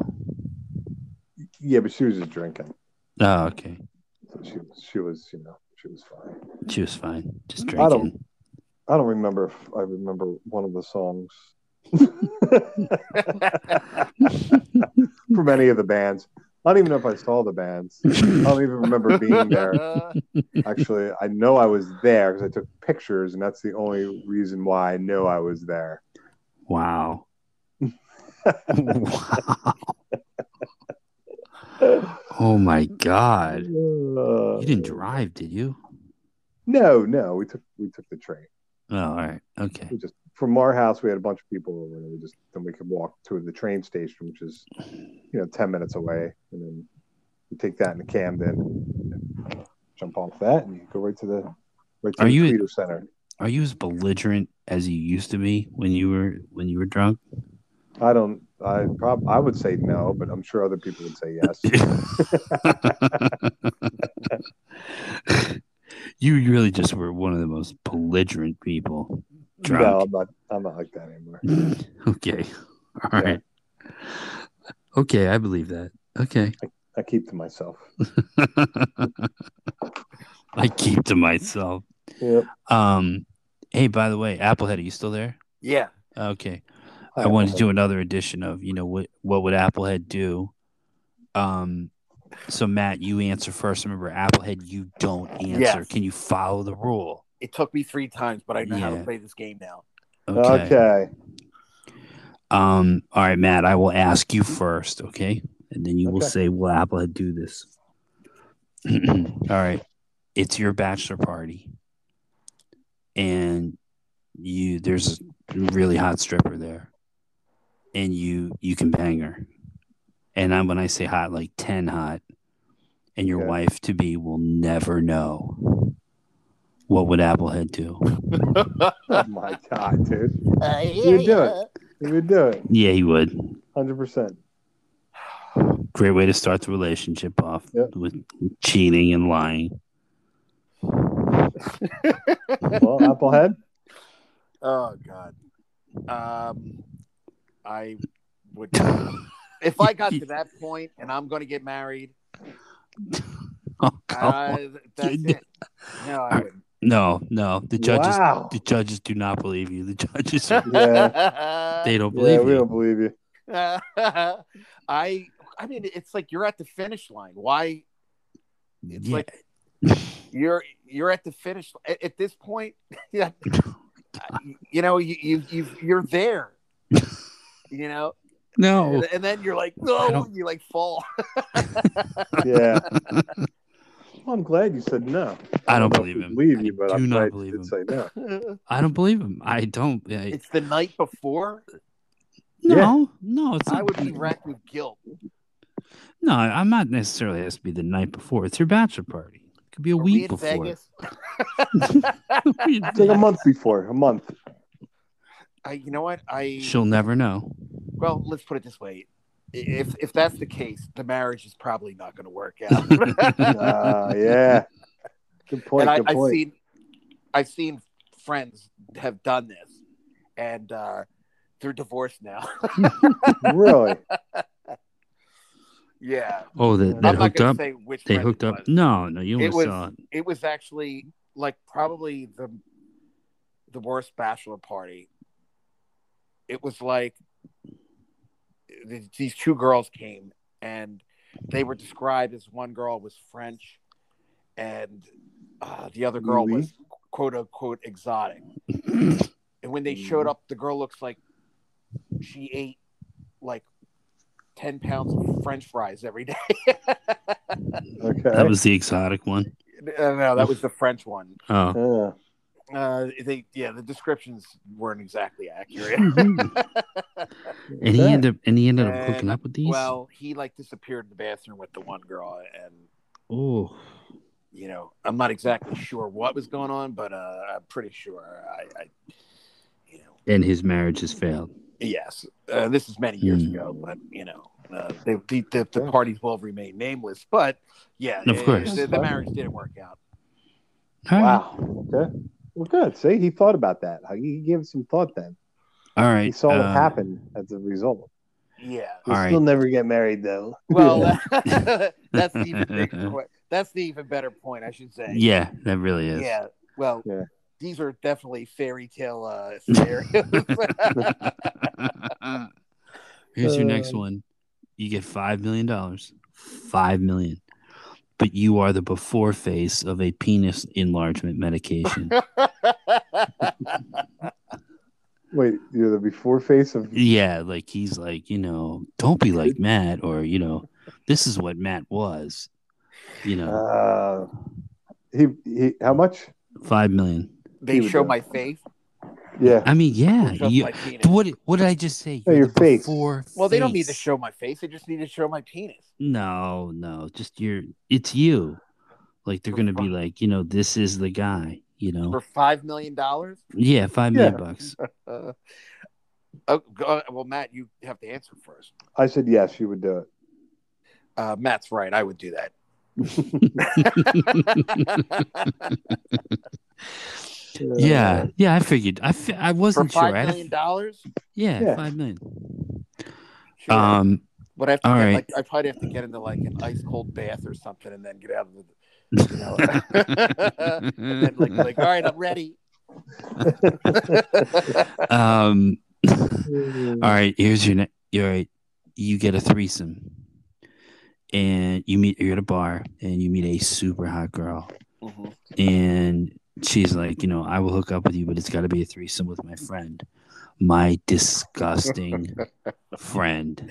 Speaker 1: Yeah, but she was just drinking.
Speaker 2: Oh, okay.
Speaker 1: So she was, she was, you know, she was fine.
Speaker 2: She was fine. Just
Speaker 1: I don't-
Speaker 2: drinking.
Speaker 1: I don't remember if I remember one of the songs from any of the bands. I don't even know if I saw the bands. I don't even remember being there.
Speaker 4: Uh,
Speaker 1: Actually, I know I was there because I took pictures, and that's the only reason why I know I was there.
Speaker 2: Wow. wow. Oh my God.
Speaker 1: Uh,
Speaker 2: You didn't drive, did you?
Speaker 1: No, no, we took we took the train.
Speaker 2: Oh, all right. Okay.
Speaker 1: We just from our house, we had a bunch of people over, and we just then we could walk to the train station, which is you know ten minutes away, and then you take that into Camden, and jump off that, and you go right to the right to
Speaker 2: Are
Speaker 1: the
Speaker 2: you-
Speaker 1: Tweeter Center.
Speaker 2: Are you as belligerent as you used to be when you were when you were drunk?
Speaker 1: I don't. I prob I would say no, but I'm sure other people would say yes.
Speaker 2: you really just were one of the most belligerent people
Speaker 1: No,
Speaker 2: drunk.
Speaker 1: I'm not. I'm not like that anymore.
Speaker 2: Okay.
Speaker 1: Yeah.
Speaker 2: All right. Okay, I believe that. Okay.
Speaker 1: I keep to myself.
Speaker 2: I keep to myself.
Speaker 1: Yep.
Speaker 2: Um, hey, by the way, Applehead, are you still there?
Speaker 4: Yeah.
Speaker 2: Okay. I wanted to do another edition of, you know, what what would Applehead do? Um so Matt, you answer first. Remember, Applehead, you don't answer.
Speaker 4: Yes.
Speaker 2: Can you follow the rule?
Speaker 4: It took me three times, but I know how
Speaker 2: Yeah.
Speaker 4: to play this game now.
Speaker 1: Okay.
Speaker 2: Um, all right, Matt, I will ask you first, okay? And then you will
Speaker 1: Okay.
Speaker 2: say, Will Applehead do this? all right. It's your bachelor party. And you there's a really hot stripper there. And you you can bang her. And I'm when I say hot, like ten hot, and your
Speaker 1: Okay.
Speaker 2: wife to be will never know. What would Applehead do?
Speaker 1: Oh my god, dude.
Speaker 3: Uh,
Speaker 1: You do it. You would do it.
Speaker 2: Yeah, he would.
Speaker 1: Hundred percent.
Speaker 2: great way to start the relationship off
Speaker 1: Yep.
Speaker 2: with cheating and lying.
Speaker 1: Well, Applehead.
Speaker 4: Oh God. Um, I would if I got to that point and I'm going to get married.
Speaker 2: Oh, God.
Speaker 4: I, that's
Speaker 2: did-
Speaker 4: it. No, I wouldn't.
Speaker 2: no, no. The judges
Speaker 1: Wow.
Speaker 2: the judges do not believe you. The judges are- they don't
Speaker 1: Yeah,
Speaker 2: believe
Speaker 1: we don't
Speaker 2: you.
Speaker 1: believe you.
Speaker 4: I I mean, it's like you're at the finish line. Why it's
Speaker 2: Yeah.
Speaker 4: like you're you're at the finish at, at this point? Yeah, you know you you you've, you're there. You know,
Speaker 2: no.
Speaker 4: and, and then you're like,
Speaker 2: Oh. I
Speaker 4: no,
Speaker 2: don't-
Speaker 4: you like fall.
Speaker 1: Yeah. well, I'm glad you said no.
Speaker 2: I don't
Speaker 1: know if
Speaker 2: believe
Speaker 1: we
Speaker 2: him.
Speaker 1: Believe
Speaker 2: I
Speaker 1: you, but
Speaker 2: do
Speaker 1: I'm
Speaker 2: not
Speaker 1: glad
Speaker 2: believe
Speaker 1: you
Speaker 2: him.
Speaker 1: did say no.
Speaker 2: I don't believe him. I don't I-
Speaker 4: It's the night before.
Speaker 2: no,
Speaker 1: yeah.
Speaker 2: no, it's not,
Speaker 4: I would be racked with guilt.
Speaker 2: No, I'm not necessarily it has to be the night before. It's your bachelor party. It could be a
Speaker 4: Are we
Speaker 2: week
Speaker 4: in
Speaker 2: before.
Speaker 4: Vegas?
Speaker 2: We in
Speaker 1: It's like a month before. A month.
Speaker 4: I, you know what? I
Speaker 2: She'll never know.
Speaker 4: well, let's put it this way: if if that's the case, the marriage is probably not going to work out.
Speaker 2: Oh,
Speaker 1: Ah, yeah. Good point.
Speaker 4: and I,
Speaker 1: good
Speaker 4: I've
Speaker 1: point.
Speaker 4: seen, I've seen friends have done this, and uh, they're divorced now.
Speaker 1: Really?
Speaker 4: yeah,
Speaker 2: Oh, they, they
Speaker 4: I'm not
Speaker 2: hooked
Speaker 4: going
Speaker 2: up.
Speaker 4: to say which
Speaker 2: They
Speaker 4: friend
Speaker 2: hooked
Speaker 4: it
Speaker 2: up.
Speaker 4: was.
Speaker 2: No, no, you
Speaker 4: It
Speaker 2: only
Speaker 4: was-
Speaker 2: saw it.
Speaker 4: It was actually like probably the the worst bachelor party. It was like th- these two girls came and they were described as one girl was French and uh, the other girl
Speaker 1: Oui.
Speaker 4: was quote unquote exotic. And when they showed up, the girl looks like she ate like 10 pounds of french fries every day.
Speaker 1: Okay.
Speaker 2: That was the exotic one.
Speaker 4: no, no, that was the French one.
Speaker 2: Oh.
Speaker 1: Yeah.
Speaker 4: Uh, they, yeah, the descriptions weren't exactly accurate.
Speaker 2: and he
Speaker 1: Okay.
Speaker 2: ended up and he ended up
Speaker 4: And,
Speaker 2: hooking up with these.
Speaker 4: well, he like disappeared in the bathroom with the one girl, and
Speaker 2: oh,
Speaker 4: you know, I'm not exactly sure what was going on, but uh, I'm pretty sure I, I you know,
Speaker 2: and his marriage has failed.
Speaker 4: yes, uh, this is many years
Speaker 2: Hmm.
Speaker 4: ago, but you know, uh, they, the, the,
Speaker 1: Yeah.
Speaker 4: the parties will remain nameless, but yeah,
Speaker 2: Of
Speaker 4: it-
Speaker 2: course.
Speaker 4: the, the marriage didn't work out.
Speaker 2: All right.
Speaker 1: Wow. Okay. Well, good. See, he thought about that. He gave it some thought then.
Speaker 2: All right.
Speaker 1: He saw what
Speaker 2: uh,
Speaker 1: happened as a result.
Speaker 4: Yeah,
Speaker 1: He'll
Speaker 2: All
Speaker 1: still
Speaker 2: right.
Speaker 1: never get married, though.
Speaker 4: well, that's the even bigger, que- that's the even better point, I should say.
Speaker 2: Yeah, that really is.
Speaker 4: Yeah. Well,
Speaker 1: Yeah.
Speaker 4: these are definitely fairy tale uh, scenarios.
Speaker 2: Here's your next
Speaker 1: Uh,
Speaker 2: one. You get five million dollars. Five million. But you are the before face of a penis enlargement medication.
Speaker 1: Wait, you're the before face of.
Speaker 2: Yeah, like he's like, you know, don't be like Matt, or you know, this is what Matt was. You know,
Speaker 1: Uh, he, he, how much?
Speaker 2: five million.
Speaker 1: He
Speaker 4: they
Speaker 1: would
Speaker 4: show
Speaker 1: do.
Speaker 4: my face.
Speaker 1: Yeah.
Speaker 2: I mean, yeah.
Speaker 4: They show
Speaker 2: You,
Speaker 4: my penis.
Speaker 2: what did- what did I just say?
Speaker 1: No, your
Speaker 2: the
Speaker 1: face.
Speaker 2: before
Speaker 4: well, they don't need to
Speaker 2: face.
Speaker 4: show my face. They just need to show my penis.
Speaker 2: No, no, just your. It's you. Like they're gonna be like, you know, this is the guy. You know,
Speaker 4: For $5 million? dollars?
Speaker 2: yeah, five million bucks.
Speaker 4: Uh, oh, go- well, Matt, you have to answer first.
Speaker 1: I said yes, you would do it.
Speaker 4: Uh, Matt's right. I would do that.
Speaker 2: Yeah, yeah. I figured. I fi- I
Speaker 4: For
Speaker 2: wasn't sure.
Speaker 4: $5
Speaker 2: I had a-
Speaker 4: million? dollars?
Speaker 2: yeah,
Speaker 1: Yeah.
Speaker 2: five million.
Speaker 4: Sure.
Speaker 2: Um,
Speaker 4: But I have to
Speaker 2: All
Speaker 4: get,
Speaker 2: right.
Speaker 4: like, I probably have to get into like an ice cold bath or something and then get out of the
Speaker 3: You know? and like, like, all right, I'm ready.
Speaker 2: um, all right, here's your. Ne- all right, you get a threesome, and you meet. You're at a bar, and you meet a super hot girl,
Speaker 1: Mm-hmm.
Speaker 3: Mhm.
Speaker 2: and she's like, you know, I will hook up with you, but it's got to be a threesome with my friend, my disgusting friend,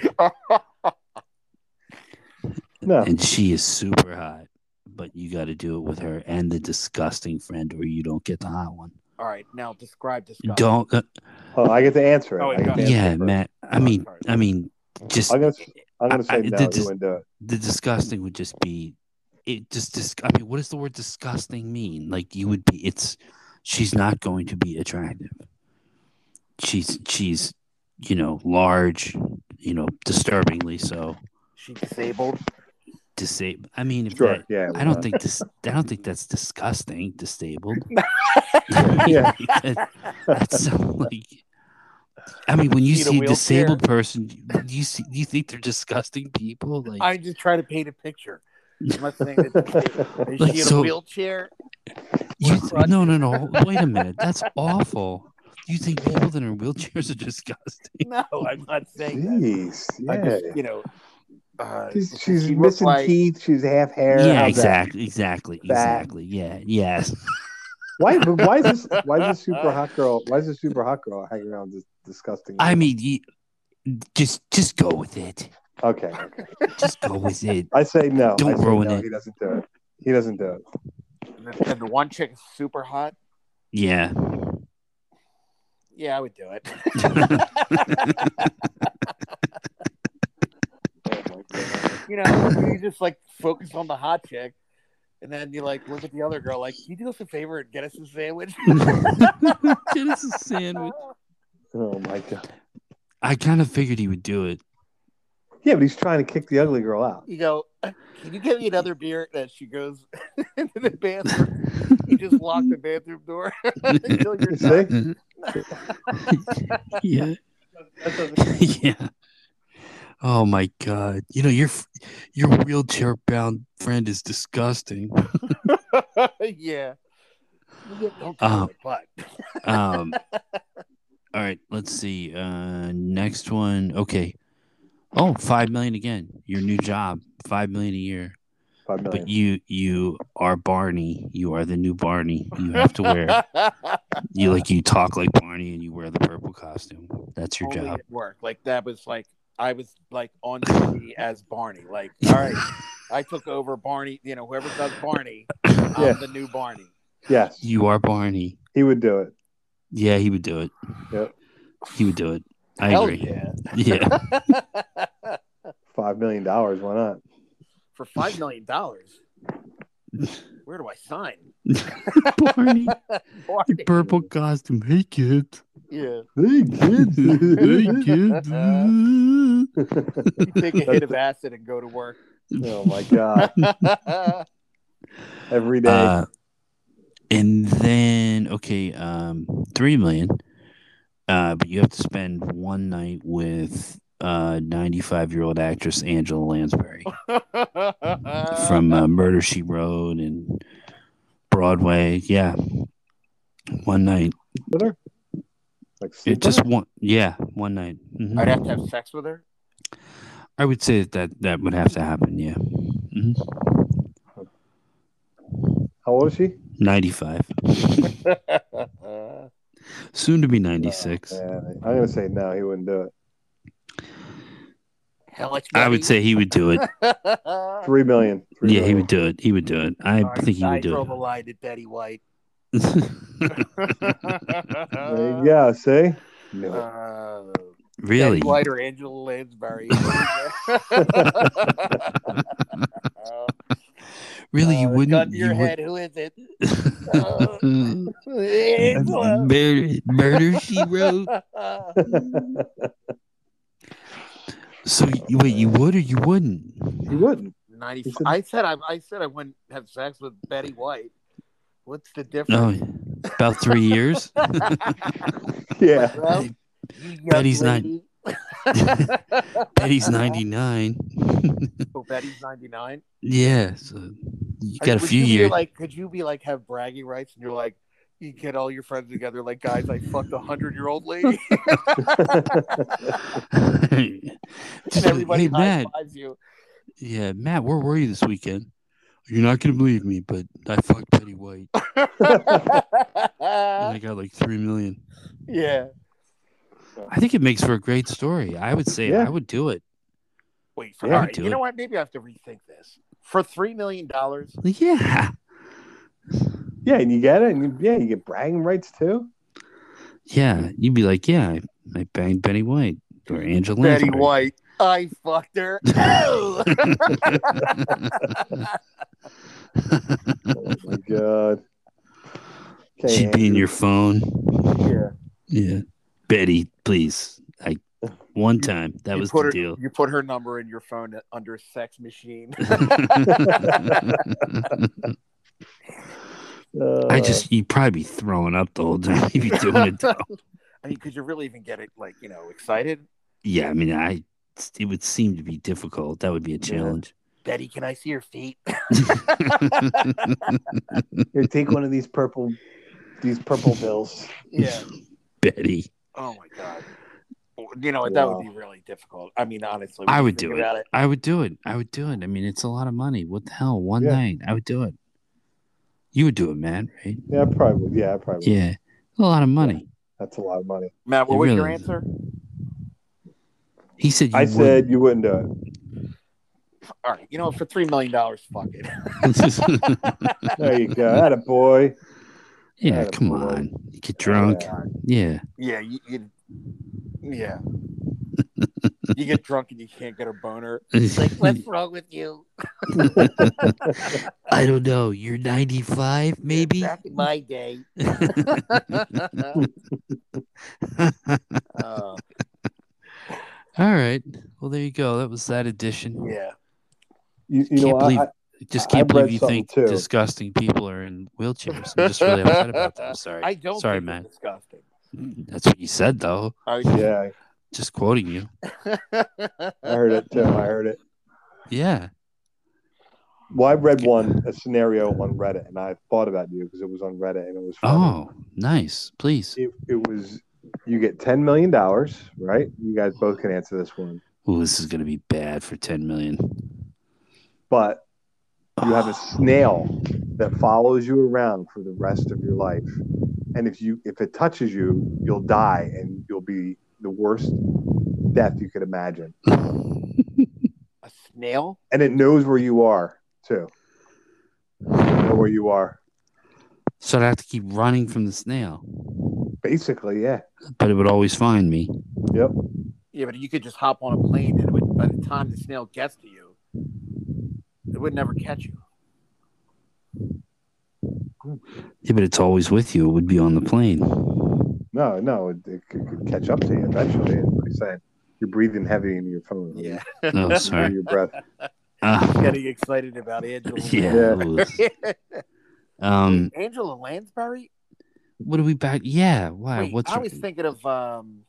Speaker 1: No,
Speaker 2: and she is super hot. But you got to do it with her and the disgusting friend, or you don't get the hot one.
Speaker 4: All right, now describe this. guy.
Speaker 2: Don't. uh,
Speaker 1: oh, I get to answer it.
Speaker 4: Oh,
Speaker 1: I get to answer
Speaker 2: yeah,
Speaker 1: it first.
Speaker 2: Matt. I mean,
Speaker 4: sorry.
Speaker 2: I mean, just
Speaker 1: I'm gonna, I'm gonna say
Speaker 2: I- I-
Speaker 1: no.
Speaker 2: this-
Speaker 1: you wouldn't do it.
Speaker 2: the disgusting would just be it just dis- i mean what does the word disgusting mean like you would be it's she's not going to be attractive she's she's you know large you know disturbingly so
Speaker 4: She disabled.
Speaker 2: disabled i mean if
Speaker 1: Sure.
Speaker 2: that-
Speaker 1: Yeah.
Speaker 2: i don't think this i don't think that's disgusting disabled
Speaker 1: Yeah.
Speaker 2: that, that's so, like i mean when you
Speaker 4: Need a
Speaker 2: see a
Speaker 4: wheelchair.
Speaker 2: disabled person do you see do you think they're disgusting people like
Speaker 4: I'm just trying to paint a picture. I'm not saying that is
Speaker 2: Like,
Speaker 4: she in
Speaker 2: so-
Speaker 4: a wheelchair?
Speaker 2: You
Speaker 4: Or
Speaker 2: th-
Speaker 4: crutch.
Speaker 2: no, no, no. Wait a minute. That's awful. You think people that are in wheelchairs are disgusting?
Speaker 4: No, I'm not saying that.
Speaker 1: Jeez.
Speaker 4: I
Speaker 1: Yeah.
Speaker 4: just, you know, uh,
Speaker 1: She's,
Speaker 4: she
Speaker 1: she's
Speaker 4: looked
Speaker 1: missing
Speaker 4: like-
Speaker 1: teeth. She's half hair.
Speaker 2: yeah,
Speaker 1: How's that?
Speaker 2: exactly, exactly,
Speaker 1: That-
Speaker 2: exactly. Yeah, yes.
Speaker 1: Why? But why is this? Why is this super hot girl? Why is this super hot girl hanging around this disgusting?
Speaker 2: I mean, you, just just go with it.
Speaker 1: okay. okay.
Speaker 2: Just go with it.
Speaker 1: I say no.
Speaker 2: Don't
Speaker 1: I say
Speaker 2: ruin
Speaker 1: no.
Speaker 2: it.
Speaker 1: He doesn't do it. He doesn't do it.
Speaker 4: And the one chick is super hot.
Speaker 2: Yeah.
Speaker 4: Yeah, I would do it.
Speaker 1: Oh
Speaker 4: you know, you just like focus on the hot chick, and then you like look at the other girl, like, can you do us a favor and get us a sandwich?
Speaker 2: Get us a sandwich.
Speaker 1: Oh my god.
Speaker 2: I kind of figured he would do it.
Speaker 1: Yeah, but he's trying to kick the ugly girl out.
Speaker 4: you go, can you get me another beer? And she goes into the bathroom. You just lock the bathroom door until you're
Speaker 1: You
Speaker 4: done.
Speaker 1: see?
Speaker 2: yeah.
Speaker 4: That doesn't-
Speaker 2: yeah. Oh my god! You know your f- your wheelchair bound friend is disgusting.
Speaker 4: yeah. Don't do
Speaker 2: Um,
Speaker 4: it, but
Speaker 2: Um, all right, let's see. Uh, next one. Okay. Oh, five million again. Your new job, five million a year.
Speaker 1: Five million.
Speaker 2: But you you are Barney. You are the new Barney. You have to wear you like you talk like Barney and you wear the purple costume. That's your
Speaker 4: only
Speaker 2: job.
Speaker 4: at work. Like that was like I was like on TV as Barney. Like, all right, I took over Barney. You know, whoever does Barney,
Speaker 1: Yeah.
Speaker 4: I'm the new Barney.
Speaker 1: yes,
Speaker 2: You are Barney.
Speaker 1: he would do it.
Speaker 2: Yeah, he would do it.
Speaker 1: Yep.
Speaker 2: He would do it. I
Speaker 4: Hell
Speaker 2: agree.
Speaker 4: yeah.
Speaker 2: yeah.
Speaker 1: Five million dollars. Why not?
Speaker 4: For five million dollars. Where do I sign?
Speaker 2: Barney,
Speaker 4: Barney.
Speaker 2: purple costume. Hey, kid.
Speaker 4: Yeah.
Speaker 1: Hey
Speaker 2: hey, kid.
Speaker 4: You take a hit of acid and go to work.
Speaker 1: oh my god! Every day.
Speaker 2: Uh, and then, okay, um, three million. Uh, but you have to spend one night with uh 95 year old actress Angela Lansbury from uh, Murder She Wrote and Broadway. Yeah, one night.
Speaker 1: With her? Like
Speaker 2: It
Speaker 1: sleep
Speaker 2: just
Speaker 1: with
Speaker 2: one. Yeah, one night. Mhm.
Speaker 4: I'd have to have sex with her.
Speaker 2: I would say that that, that would have to happen. Yeah, Mhm.
Speaker 1: her? How old is she?
Speaker 2: 95, soon to be 96.
Speaker 1: Yeah, I'm gonna say no. He wouldn't do it.
Speaker 4: How much
Speaker 2: I would say he would do it.
Speaker 1: Three million. Three
Speaker 2: Yeah, he
Speaker 1: million.
Speaker 2: would do it. He would do it. I think he would do
Speaker 4: drove
Speaker 2: it.
Speaker 4: a line at Betty White.
Speaker 1: There you go. See? Uh, No.
Speaker 4: Uh,
Speaker 2: really?
Speaker 4: Betty White or Angela Lansbury.
Speaker 2: Really, you
Speaker 4: Uh, Gun
Speaker 2: wouldn't?
Speaker 4: to your
Speaker 2: You
Speaker 4: head. Who is it? Uh,
Speaker 2: would...
Speaker 4: Angela.
Speaker 2: murder, murder, she wrote. So you, wait, you would or you
Speaker 1: he
Speaker 2: wouldn't?
Speaker 1: wouldn't.
Speaker 4: Ninety.
Speaker 1: He said-
Speaker 4: I said I, I said I wouldn't have sex with Betty White. What's the
Speaker 2: No,
Speaker 4: difference?
Speaker 2: Oh, about three years.
Speaker 1: Yeah.
Speaker 4: Well, you young
Speaker 2: Betty's not-
Speaker 4: lady.
Speaker 2: Betty's ninety nine.
Speaker 4: Oh, Betty's ninety nine.
Speaker 2: yeah, so you
Speaker 4: I
Speaker 2: got
Speaker 4: mean,
Speaker 2: a
Speaker 4: would
Speaker 2: few
Speaker 4: you be
Speaker 2: years.
Speaker 4: Like, could you be like have bragging rights, and you're like, you get all your friends together, like guys, I fucked a hundred year old lady, and
Speaker 2: Just like,
Speaker 4: everybody
Speaker 2: hey,
Speaker 4: high
Speaker 2: Matt.
Speaker 4: fives you.
Speaker 2: Yeah, Matt, where were you this weekend? You're not gonna believe me, but I fucked Betty White, and I got like three million.
Speaker 4: yeah.
Speaker 2: I think it makes for a great story. I would say
Speaker 1: Yeah.
Speaker 2: I would do it.
Speaker 4: Wait, for,
Speaker 1: Yeah.
Speaker 4: all right,
Speaker 2: Do
Speaker 4: you
Speaker 2: it.
Speaker 4: know what? Maybe I have to rethink this. For three million dollars,
Speaker 2: Like, yeah,
Speaker 1: Yeah, and you get it, and you, yeah, you get bragging rights too.
Speaker 2: yeah. You'd be like, yeah, I, I banged Betty White or Angela.
Speaker 4: Betty
Speaker 2: Lansbury.
Speaker 4: White, I fucked her. Oh!
Speaker 1: Oh my god. Okay,
Speaker 2: She'd be in
Speaker 1: Andrew.
Speaker 2: your phone.
Speaker 1: Yeah.
Speaker 2: Yeah, Betty, please. I one time that
Speaker 4: You
Speaker 2: was
Speaker 4: put
Speaker 2: the
Speaker 4: her,
Speaker 2: deal.
Speaker 4: You put her number in your phone under sex machine.
Speaker 1: Uh,
Speaker 2: I just you'd probably be throwing up the whole time if you're doing it. though.
Speaker 4: I mean, could you really even get it like you know excited?
Speaker 2: Yeah, I mean, I it would seem to be difficult. That would be a challenge.
Speaker 4: Betty, can I see your feet?
Speaker 1: here, take one of these purple, these purple pills.
Speaker 4: yeah.
Speaker 2: Betty,
Speaker 4: Oh my god. You know what? That
Speaker 1: Wow.
Speaker 4: would be really difficult. I mean, honestly,
Speaker 2: I
Speaker 4: when you
Speaker 2: would
Speaker 4: think
Speaker 2: do
Speaker 4: about
Speaker 2: it. I would do it. I would do it. I mean, it's a lot of money. What the hell? One
Speaker 1: Yeah.
Speaker 2: night, I would do it. You would do it, man, right?
Speaker 1: Yeah, I probably. would. Yeah, I probably. would.
Speaker 2: Yeah, a lot of money.
Speaker 1: That's a lot of money.
Speaker 4: Matt, what
Speaker 2: It
Speaker 4: was your
Speaker 2: really is.
Speaker 4: answer?
Speaker 2: He said. You
Speaker 1: I
Speaker 2: would.
Speaker 1: said you wouldn't do it.
Speaker 4: All right, you know, what? for three million dollars, fuck it.
Speaker 1: There you go. That a boy.
Speaker 2: yeah,
Speaker 1: Atta
Speaker 2: come
Speaker 1: boy.
Speaker 2: on. You get drunk. Yeah.
Speaker 4: Yeah, you, you yeah. you get drunk and you can't get a boner. Like, what's wrong with you?
Speaker 2: I don't know. You're 95, maybe.
Speaker 4: Back in my day. Oh, Uh,
Speaker 2: All right. Well, there you go. That was that edition.
Speaker 4: yeah.
Speaker 1: You, you know,
Speaker 2: Can't
Speaker 1: I-
Speaker 2: believe-
Speaker 1: I,
Speaker 2: Just
Speaker 1: I-
Speaker 2: can't
Speaker 1: I
Speaker 2: believe
Speaker 1: read
Speaker 2: you
Speaker 1: something
Speaker 2: think
Speaker 1: too.
Speaker 2: disgusting people are in wheelchairs. I'm just really upset about that. I'm sorry.
Speaker 4: I don't
Speaker 2: Sorry,
Speaker 4: think
Speaker 2: man.
Speaker 4: it's disgusting.
Speaker 2: That's what you said, though.
Speaker 4: I,
Speaker 1: yeah,
Speaker 2: Just quoting you.
Speaker 1: I heard it too. I heard it.
Speaker 2: Yeah.
Speaker 1: Well, I read one a scenario on Reddit, and I thought about you because it was on Reddit, and it was funny.
Speaker 2: Oh, nice. Please.
Speaker 1: It, it was you get ten million dollars, right? You guys both can answer this one,
Speaker 2: Ooh, this is gonna be bad for 10 million.
Speaker 1: but you have a snail that follows you around for the rest of your life, and if you if it touches you, you'll die, and you'll be the worst death you could imagine.
Speaker 4: a snail?
Speaker 1: And it knows where you are too. It'll know where you are,
Speaker 2: So I'd have to keep running from the snail,
Speaker 1: basically. Yeah.
Speaker 2: but it would always find me.
Speaker 4: Yeah, but you could just hop on a plane and it would, by the time the snail gets to you, it would never catch you.
Speaker 2: Yeah, but it's always with you. It would be on the plane.
Speaker 1: No, no, it, it could, could catch up to you eventually. That's what he's saying. You're breathing heavy into your phone.
Speaker 2: Oh,
Speaker 1: Under
Speaker 2: sorry.
Speaker 1: your breath.
Speaker 2: Uh,
Speaker 4: Getting excited about Angela.
Speaker 2: yeah. Um,
Speaker 4: Angela Lansbury?
Speaker 2: what are we back? Yeah. Why?
Speaker 4: Wait,
Speaker 2: What's
Speaker 4: I was thinking of um,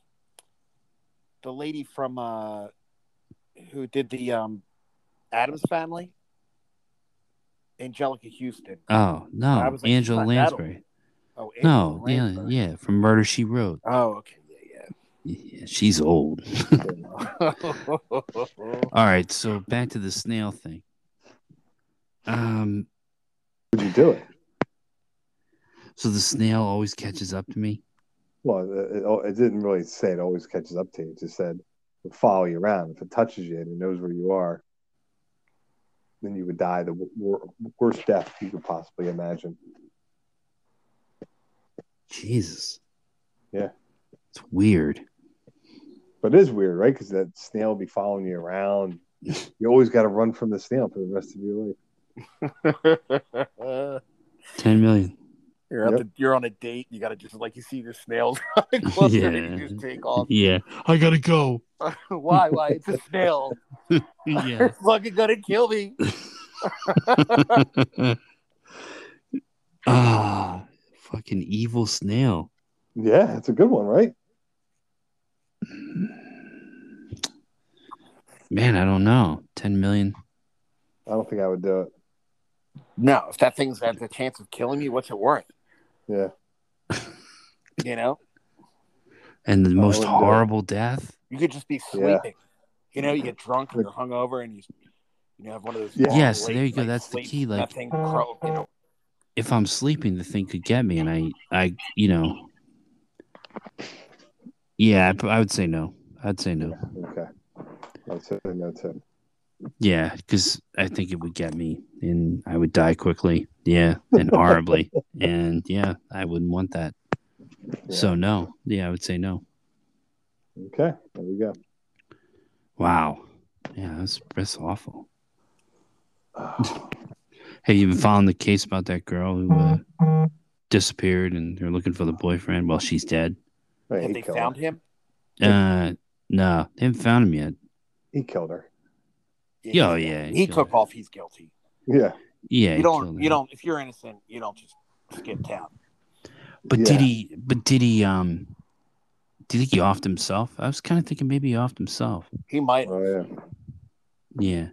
Speaker 4: the lady from uh, who did the um, Adams Family, Angelica Houston.
Speaker 2: Oh
Speaker 4: I
Speaker 2: no,
Speaker 4: was like,
Speaker 2: Angela
Speaker 4: "Fuck, that'll-
Speaker 2: Lansbury.
Speaker 4: Oh, Angela
Speaker 2: No, yeah,
Speaker 4: Lansbury.
Speaker 2: yeah, from Murder She Wrote.
Speaker 4: Oh, okay, yeah,
Speaker 2: Yeah, she's old.
Speaker 4: yeah.
Speaker 2: All right, so back to the snail thing. Um,
Speaker 1: Would you do it?
Speaker 2: so the snail always catches up to me.
Speaker 1: Well, it, oh, it, it didn't really say it always catches up to you. It just said it'll follow you around. If it touches you and it knows where you are, then you would die the w- wor- worst death you could possibly imagine.
Speaker 2: Jesus.
Speaker 1: Yeah.
Speaker 2: It's weird.
Speaker 1: But it is weird, right? Because that snail will be following you around. You always got to run from the snail for the rest of your life.
Speaker 2: Ten million.
Speaker 4: Uh, You're at
Speaker 1: Yep.
Speaker 4: the, you're on a date. You gotta just like you see the snails running closer, and
Speaker 2: Yeah.
Speaker 4: you just take off.
Speaker 2: Yeah. I gotta go.
Speaker 4: why? Why? It's a snail.
Speaker 2: Yeah.
Speaker 4: it's fucking gonna kill me.
Speaker 2: ah, fucking evil snail.
Speaker 1: Yeah, it's a good one, right?
Speaker 2: Man, I don't know. Ten million.
Speaker 1: I don't think I would do it.
Speaker 4: No, if that thing's got the chance of killing you, what's it worth?
Speaker 1: Yeah.
Speaker 4: You know,
Speaker 2: And the
Speaker 1: I
Speaker 2: most
Speaker 1: wouldn't do it.
Speaker 2: horrible death.
Speaker 4: you could just be
Speaker 1: Yeah.
Speaker 4: sleeping. You know, you get drunk and you're hungover, and you you know have one of those.
Speaker 1: Yeah.
Speaker 4: long,
Speaker 2: Yeah, so there
Speaker 4: late
Speaker 2: you go.
Speaker 4: night
Speaker 2: That's the
Speaker 4: sleeps,
Speaker 2: key, like-
Speaker 4: nothing cro- you know,
Speaker 2: If I'm sleeping, the thing could get me, and I, I, you know, yeah, I, p- I would say no. I'd say no.
Speaker 1: Okay. That's it. And that's it.
Speaker 2: Yeah, because I think it would get me, and I would die quickly. Yeah, and horribly, and yeah, I wouldn't want that. So no. Yeah, I would say no.
Speaker 1: Okay. There we go.
Speaker 2: Wow. Yeah, that's that's awful.
Speaker 1: Oh,
Speaker 2: Have you been following the case about that girl who uh, disappeared and they're looking for the boyfriend? Well, she's dead.
Speaker 1: wait,
Speaker 4: Have
Speaker 1: he
Speaker 4: they
Speaker 1: killed
Speaker 4: found
Speaker 1: her.
Speaker 4: him?
Speaker 2: Uh, no, they haven't found him yet.
Speaker 1: He killed her.
Speaker 2: Oh, yeah,
Speaker 4: He,
Speaker 2: he
Speaker 4: took
Speaker 2: killed her.
Speaker 4: off. He's guilty.
Speaker 1: Yeah.
Speaker 2: Yeah, he
Speaker 4: you don't.
Speaker 2: killed
Speaker 4: You
Speaker 2: her.
Speaker 4: don't. If you're innocent, you don't just skip town.
Speaker 2: But
Speaker 1: Yeah.
Speaker 2: did he? But did he? Um, do you think he offed himself? I was kind of thinking maybe he offed himself.
Speaker 4: He might.
Speaker 1: Oh yeah.
Speaker 2: Yeah.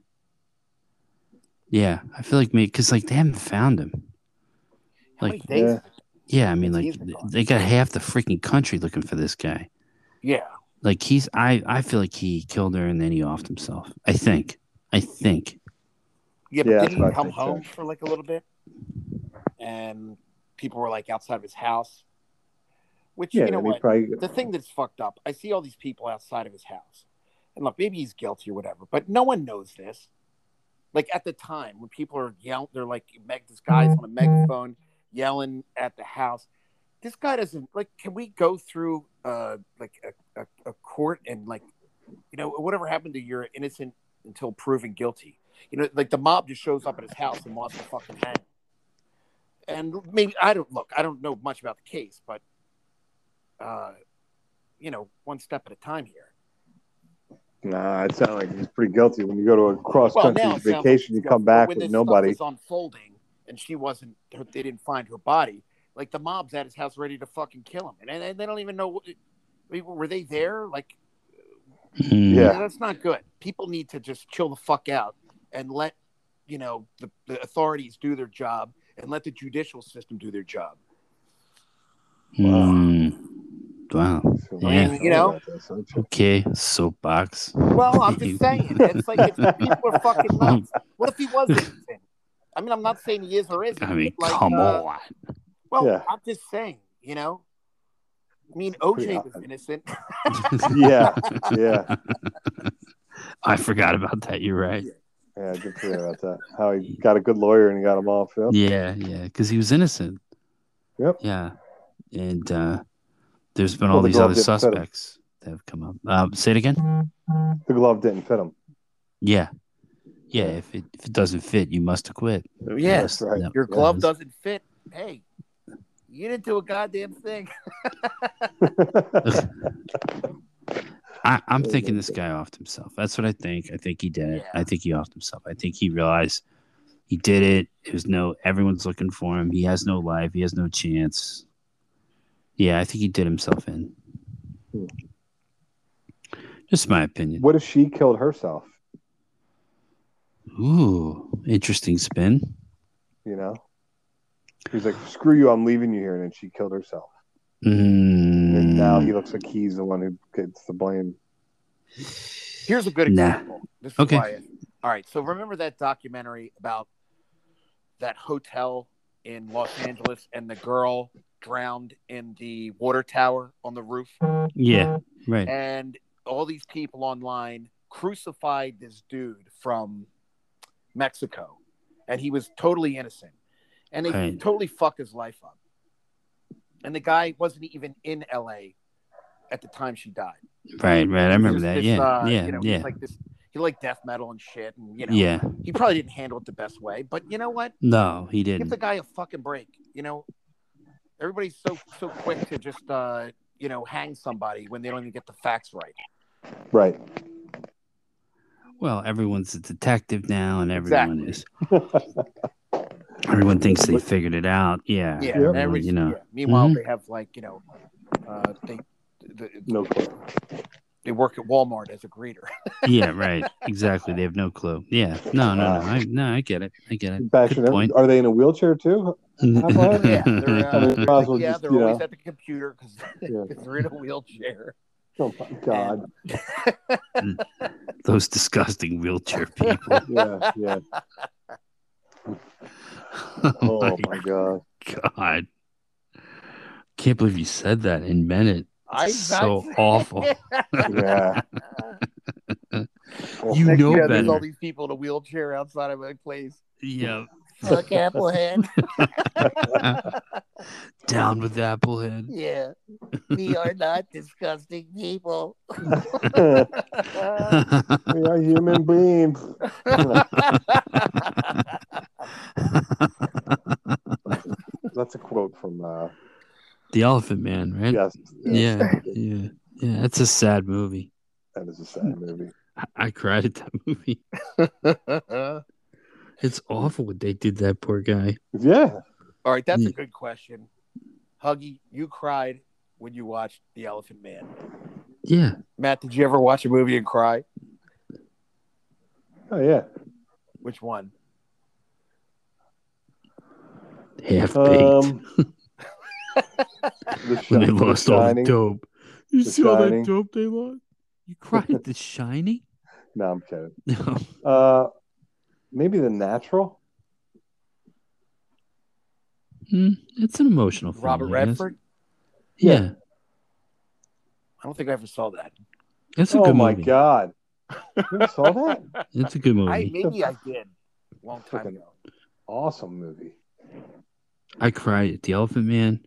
Speaker 2: Yeah, I feel like me because like they haven't found him.
Speaker 4: How many
Speaker 2: Like-
Speaker 4: days?
Speaker 1: Yeah.
Speaker 4: is it?
Speaker 2: Yeah, I mean like
Speaker 4: He's been gone.
Speaker 2: they got half the freaking country looking for this guy.
Speaker 4: yeah.
Speaker 2: like he's I I feel like he killed her and then he offed himself. I think. I think.
Speaker 1: Yeah,
Speaker 4: Yeah, but
Speaker 1: that's
Speaker 4: didn't
Speaker 1: what
Speaker 4: he
Speaker 1: I
Speaker 4: come
Speaker 1: think, too.
Speaker 4: home for like a little bit? And people were like outside of his house. Which
Speaker 1: Yeah.
Speaker 4: you know
Speaker 1: and he
Speaker 4: what?
Speaker 1: probably.
Speaker 4: The thing that's fucked up, I see all these people outside of his house. And look, maybe he's guilty or whatever, but no one knows this. Like at the time when people are yelling, they're like, Meg, this guy's on a
Speaker 1: Mm-hmm.
Speaker 4: megaphone yelling at the house. This guy doesn't like. Can we go through uh like a, a, a court and like, you know, whatever happened to your innocent until proven guilty? You know, like the mob just shows up at his house and wants to fucking hang. him. And maybe I don't look. I don't know much about the case, but uh, you know, one step at a time here.
Speaker 1: Nah, it sounds like he's pretty guilty. When you go to a cross
Speaker 4: Well,
Speaker 1: country
Speaker 4: now it sounds like
Speaker 1: vacation, you
Speaker 4: he's
Speaker 1: come
Speaker 4: guilty, but
Speaker 1: back
Speaker 4: when
Speaker 1: with
Speaker 4: this
Speaker 1: nobody.
Speaker 4: Stuff was unfolding, and she wasn't. Her, they didn't find her body. Like the mob's at his house, ready to fucking kill him, and, and they don't even know. what- I mean, Were they there? Like,
Speaker 2: Mm,
Speaker 1: Yeah.
Speaker 4: that's not good. People need to just chill the fuck out and let you know the, the authorities do their job and let the judicial system do their job.
Speaker 2: mm. Wow. Yeah.
Speaker 4: You know?
Speaker 2: Okay. Soapbox.
Speaker 4: Well, I'm just saying, it's like it's, people are fucking nuts. What if he was innocent? I mean, I'm not saying he is or isn't.
Speaker 2: I mean,
Speaker 4: but, like,
Speaker 2: come
Speaker 4: uh,
Speaker 2: on.
Speaker 4: Well,
Speaker 1: Yeah.
Speaker 4: I'm just saying, you know. I mean, OJ was
Speaker 1: Pretty
Speaker 4: innocent.
Speaker 1: yeah, yeah,
Speaker 2: I forgot about that. You're right.
Speaker 1: yeah. Good for you about that. How he got a good lawyer and he got them all filled.
Speaker 2: Yeah, yeah, because he was innocent.
Speaker 1: Yep.
Speaker 2: Yeah, and uh, there's been
Speaker 1: Well,
Speaker 2: all
Speaker 1: the
Speaker 2: these
Speaker 1: glove
Speaker 2: other
Speaker 1: didn't fit him.
Speaker 2: suspects that have come up. Uh, say it again.
Speaker 1: The glove didn't fit him.
Speaker 2: Yeah, yeah. If it if it doesn't fit, you must acquit.
Speaker 1: Yes, right.
Speaker 2: That-
Speaker 4: Your
Speaker 1: Oh, Yeah.
Speaker 4: glove doesn't fit. Hey, you didn't do a goddamn thing.
Speaker 2: I, I'm
Speaker 1: Yeah,
Speaker 2: thinking
Speaker 1: yeah,
Speaker 2: this guy offed himself. That's what I think. I think he did it.
Speaker 4: Yeah.
Speaker 2: I think he offed himself. I think he realized he did it. There's no everyone's looking for him. He has no life. He has no chance. Yeah, I think he did himself in.
Speaker 1: Hmm.
Speaker 2: Just my opinion.
Speaker 1: what if she killed herself?
Speaker 2: Ooh, interesting spin.
Speaker 1: You know, he's like, "Screw you, I'm leaving you here," and then she killed herself. And now
Speaker 5: Hmm.
Speaker 2: Mm,
Speaker 1: he looks like he's the one who gets the blame.
Speaker 4: Here's a good
Speaker 2: Nah.
Speaker 4: example. This is
Speaker 2: Okay.
Speaker 4: why I- all right. So remember that documentary about that hotel in Los Angeles and the girl drowned in the water tower on the roof?
Speaker 2: yeah, right.
Speaker 4: and all these people online crucified this dude from Mexico, and he was totally innocent, and they
Speaker 2: Right.
Speaker 4: totally fucked his life up. And the guy wasn't even in L.A. at the time she died.
Speaker 2: Right, right. I remember
Speaker 4: He was
Speaker 2: that.
Speaker 4: this,
Speaker 2: Yeah,
Speaker 4: uh,
Speaker 2: yeah,
Speaker 4: you know, he's
Speaker 2: yeah.
Speaker 4: Like this, he liked death metal and shit, and you know,
Speaker 2: yeah.
Speaker 4: he probably didn't handle it the best way. But you know what?
Speaker 2: No, he
Speaker 4: Give the
Speaker 2: didn't.
Speaker 4: guy a fucking break. You know, everybody's so so quick to just uh, you know hang somebody when they don't even get the facts right.
Speaker 1: Right.
Speaker 2: Well, everyone's a detective now, and everyone is. Everyone thinks they figured it out.
Speaker 1: Yep.
Speaker 2: Yeah.
Speaker 4: Yeah, and
Speaker 2: everyone,
Speaker 4: everybody's-
Speaker 2: you know. Mm-hmm.
Speaker 4: yeah. Meanwhile,
Speaker 2: Mhm.
Speaker 4: they have like you know, uh, they, the,
Speaker 1: no. clue.
Speaker 4: they
Speaker 5: work at Walmart as a greeter.
Speaker 2: yeah, right. Exactly. They have no clue. Yeah. No, no, no. I, no, I get it. I get it.
Speaker 1: Bashing
Speaker 2: Good
Speaker 1: them.
Speaker 2: point.
Speaker 1: Are they in a wheelchair too?
Speaker 4: Oh,
Speaker 1: about it?
Speaker 5: yeah, they're,
Speaker 1: I mean,
Speaker 5: uh,
Speaker 1: might as well
Speaker 5: yeah,
Speaker 1: just,
Speaker 5: they're
Speaker 1: you
Speaker 5: always
Speaker 1: know.
Speaker 5: at the computer because
Speaker 1: Yeah.
Speaker 5: they're in a wheelchair.
Speaker 1: Oh my god.
Speaker 2: Those disgusting wheelchair people.
Speaker 1: yeah, yeah.
Speaker 2: oh
Speaker 1: Oh my god.
Speaker 2: god. Can't believe you said that and meant it.
Speaker 5: I
Speaker 2: so awful.
Speaker 1: Yeah.
Speaker 2: You
Speaker 5: Next
Speaker 2: know
Speaker 5: year,
Speaker 2: better.
Speaker 5: There's all these people in a wheelchair outside of my place.
Speaker 2: Yeah.
Speaker 5: Fuck Applehead.
Speaker 2: Down with Applehead.
Speaker 5: Yeah. We are not disgusting people.
Speaker 1: we are human beings. That's a quote from uh
Speaker 2: the Elephant Man, right?
Speaker 1: yes. yes,
Speaker 2: Yeah. Yeah. Yeah. That's a sad movie.
Speaker 1: That is a sad movie.
Speaker 2: I, I cried at that movie.
Speaker 5: all
Speaker 2: It's awful what they did to that poor guy.
Speaker 1: Yeah.
Speaker 5: right, that's a
Speaker 2: mm,
Speaker 5: good question. Huggy, you cried when you watched The Elephant Man.
Speaker 2: Yeah.
Speaker 5: Matt, did you ever watch a movie and cry?
Speaker 1: Oh yeah.
Speaker 5: Which one?
Speaker 2: Half baked.
Speaker 1: Um the
Speaker 2: when
Speaker 1: Shi-
Speaker 2: they
Speaker 1: The
Speaker 2: lost all the
Speaker 1: Shining.
Speaker 2: dope. You
Speaker 1: The
Speaker 2: see all
Speaker 1: Shining.
Speaker 2: that dope they lost? You cried at the shining?
Speaker 1: No, I'm kidding.
Speaker 2: No.
Speaker 1: Uh maybe the natural?
Speaker 2: Mm, it's an emotional film. I
Speaker 5: Robert
Speaker 2: guess.
Speaker 5: Redford?
Speaker 2: Yeah.
Speaker 5: I don't think I ever saw that.
Speaker 2: It's a
Speaker 1: Oh
Speaker 2: good
Speaker 1: my
Speaker 2: movie.
Speaker 1: god. You ever saw that?
Speaker 2: It's a good movie.
Speaker 5: I
Speaker 2: I,
Speaker 5: maybe I did a long time
Speaker 1: Fucking-
Speaker 5: ago.
Speaker 1: Awesome movie.
Speaker 2: cried at The Elephant Man.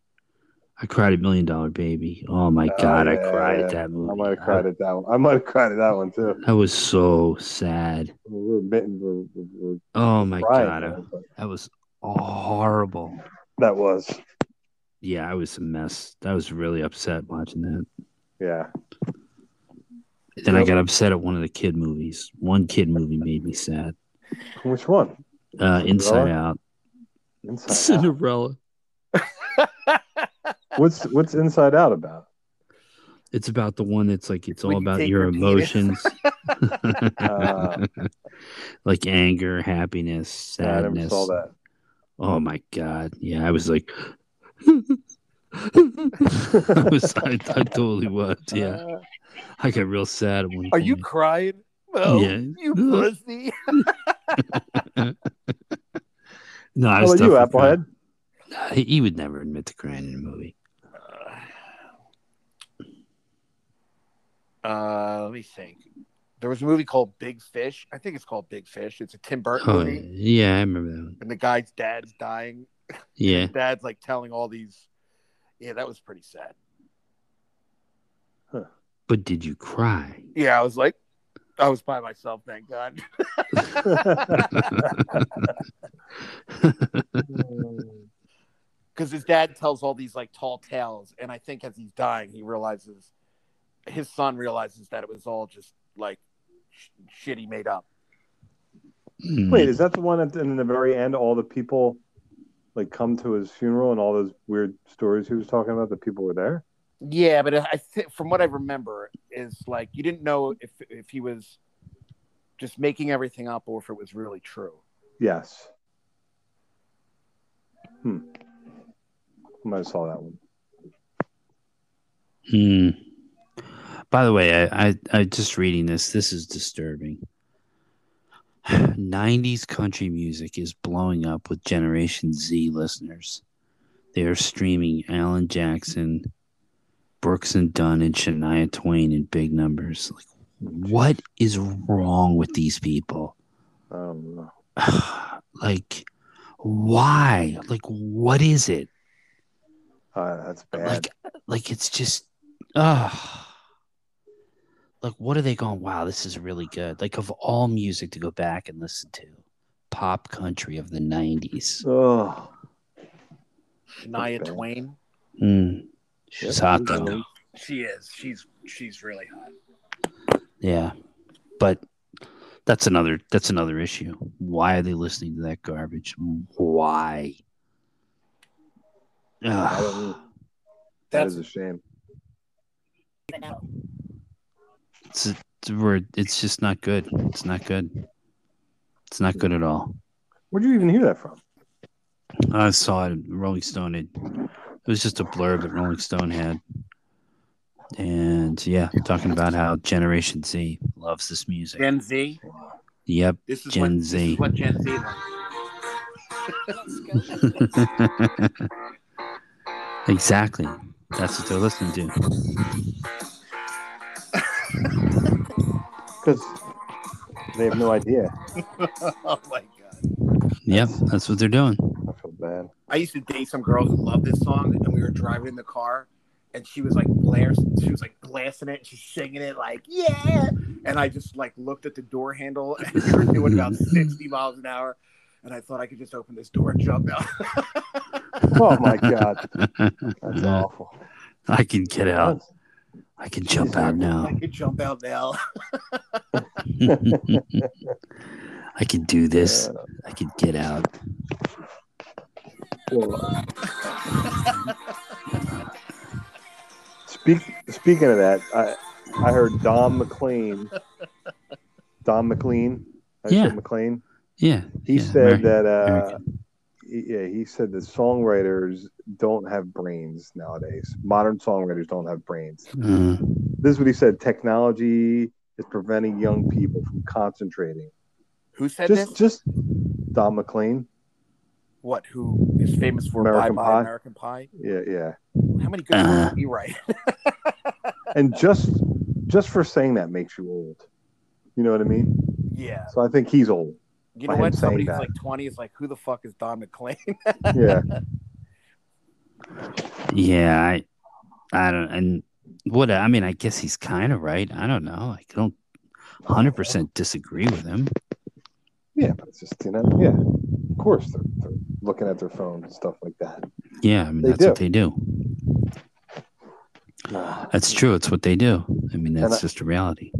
Speaker 2: I cried at Million Dollar Baby. Oh my
Speaker 1: Oh,
Speaker 2: god, I
Speaker 1: yeah,
Speaker 2: cried
Speaker 1: yeah.
Speaker 2: at that movie.
Speaker 1: I might have cried at that one. I might have cried at that one too.
Speaker 2: I was so sad.
Speaker 1: We're admitting we're, we're, we're
Speaker 2: Oh my
Speaker 1: crying.
Speaker 2: god, I-
Speaker 1: now, but
Speaker 2: that was horrible.
Speaker 1: That was.
Speaker 2: Yeah, I was a mess. I was really upset watching that.
Speaker 1: Yeah.
Speaker 2: Then I got upset at one of the kid movies. One kid movie made me sad.
Speaker 1: Which one?
Speaker 2: Uh,
Speaker 1: Cinderella?
Speaker 2: Inside Out.
Speaker 1: Inside Out.
Speaker 2: Cinderella.
Speaker 1: What's what's Inside Out about?
Speaker 2: It's about the one that's like it's
Speaker 5: When
Speaker 2: all
Speaker 5: you
Speaker 2: about
Speaker 5: take
Speaker 2: your
Speaker 5: your penis.
Speaker 2: emotions,
Speaker 1: Uh,
Speaker 2: like anger, happiness,
Speaker 1: I
Speaker 2: sadness.
Speaker 1: never saw that.
Speaker 2: Oh my god! Yeah, I was like, I was, I, I totally was. Yeah,
Speaker 1: Uh,
Speaker 2: I got real sad at one.
Speaker 5: Are you
Speaker 2: point.
Speaker 5: crying? Well,
Speaker 2: Yeah.
Speaker 5: you pussy.
Speaker 2: No, I
Speaker 1: how
Speaker 2: was
Speaker 1: about you,
Speaker 2: definitely
Speaker 1: Applehead?
Speaker 2: crying. He, he would never admit to crying in a movie.
Speaker 5: Uh, let me think. There was a movie called Big Fish. I think it's called Big Fish. It's a Tim Burton
Speaker 2: Oh
Speaker 5: movie,
Speaker 2: yeah, I remember that one.
Speaker 5: and the guy's dad's dying.
Speaker 2: Yeah,
Speaker 5: Dad's like telling all these. Yeah, that was pretty sad.
Speaker 2: but did you cry?
Speaker 5: Yeah, I was like, I was by myself. Thank God. because his dad tells all these like tall tales, and I think as he's dying, he realizes his son realizes that it was all just like sh- shit he made up.
Speaker 2: Mm.
Speaker 1: Wait, is that the one at the, in the very end? All the people like come to his funeral and all those weird stories he was talking about. The people were there.
Speaker 5: Yeah, but I think from what I remember is like you didn't know if if he was just making everything up or if it was really true.
Speaker 1: Yes. Hmm. I might have saw that one.
Speaker 2: Hmm. By the way, I, I I just reading this. This is disturbing. 90s country music is blowing up with Generation Z listeners. They are streaming Alan Jackson, Brooks and Dunn, and Shania Twain in big numbers. Like, what is wrong with these people?
Speaker 1: I don't know.
Speaker 2: like, why? Like, what is it?
Speaker 1: Uh, that's bad.
Speaker 2: like like it's just uh like what are they going wow this is really good like of all music to go back and listen to pop country of the 90s
Speaker 1: oh.
Speaker 5: Shania
Speaker 1: Okay.
Speaker 5: Twain,
Speaker 2: Mm. she's hot though
Speaker 1: Mhm.
Speaker 5: she is. She's she's really hot.
Speaker 2: yeah but that's another that's another issue why are they listening to that garbage why
Speaker 1: I
Speaker 2: Ugh.
Speaker 1: don't know. That
Speaker 5: That's
Speaker 1: is a shame.
Speaker 2: It's it's, we're, it's just not good. It's not good. It's not good at all.
Speaker 1: Where'd you even hear that from?
Speaker 2: I saw it. Rolling Stone. It, it was just a blurb that Rolling Stone had, and yeah, talking about how Generation Z loves this music.
Speaker 5: Gen Z.
Speaker 2: Yep,
Speaker 5: This is
Speaker 2: Gen
Speaker 5: what, This
Speaker 2: Z.
Speaker 5: is what Gen Z. Likes.
Speaker 2: exactly. That's what they're listening to.
Speaker 1: Because they have no idea.
Speaker 5: oh my god.
Speaker 2: Yep, that's what they're doing.
Speaker 1: I feel bad.
Speaker 5: I used to date some girls who loved this song, and we were driving in the car, and she was like blares, she was like blasting it, and she's singing it like yeah, and I just like looked at the door handle, and we were doing about sixty miles an hour, and I thought I could just open this door and jump out.
Speaker 1: Oh my god, that's awful.
Speaker 2: I can get out. I can jump out now.
Speaker 5: I could jump out now.
Speaker 2: I can do this. I can get out.
Speaker 1: Well, speak, speaking of that, I, I heard Don McLean. Don McLean. I
Speaker 2: Yeah.
Speaker 1: said McLean.
Speaker 2: Yeah.
Speaker 1: He
Speaker 2: yeah,
Speaker 1: said
Speaker 2: Ameri-
Speaker 1: that. Uh,
Speaker 2: American.
Speaker 1: he- yeah, he said that songwriters don't have brains nowadays. Modern songwriters don't have brains.
Speaker 2: Uh,
Speaker 1: This is what he said: technology is preventing young people from concentrating.
Speaker 5: Who said
Speaker 1: Just,
Speaker 5: this?
Speaker 1: just Don McLean.
Speaker 5: What? Who is famous for
Speaker 1: American
Speaker 5: Bye
Speaker 1: Pie.
Speaker 5: Bye American Pie?
Speaker 1: Yeah, yeah.
Speaker 5: How many good
Speaker 2: Uh.
Speaker 5: songs did he write?
Speaker 1: and just just for saying that makes you old. You know what I mean?
Speaker 5: yeah.
Speaker 1: So I think he's old.
Speaker 5: You
Speaker 1: By
Speaker 5: know
Speaker 1: him
Speaker 5: what?
Speaker 1: saying
Speaker 5: Somebody who's
Speaker 1: that.
Speaker 5: like twenty is like, who the fuck is Don McLean?
Speaker 1: Yeah,
Speaker 2: yeah. I, I don't. And what? I mean, I guess he's kind of right. I don't know. I don't. Hundred percent disagree with him.
Speaker 1: yeah, but it's just you know, yeah. Of course, they're, they're looking at their phone and stuff like that.
Speaker 2: Yeah, I mean
Speaker 1: They
Speaker 2: that's what
Speaker 1: do.
Speaker 2: they do.
Speaker 1: Nah.
Speaker 2: That's true. It's what they do. I mean, that's
Speaker 1: I-
Speaker 2: just a reality.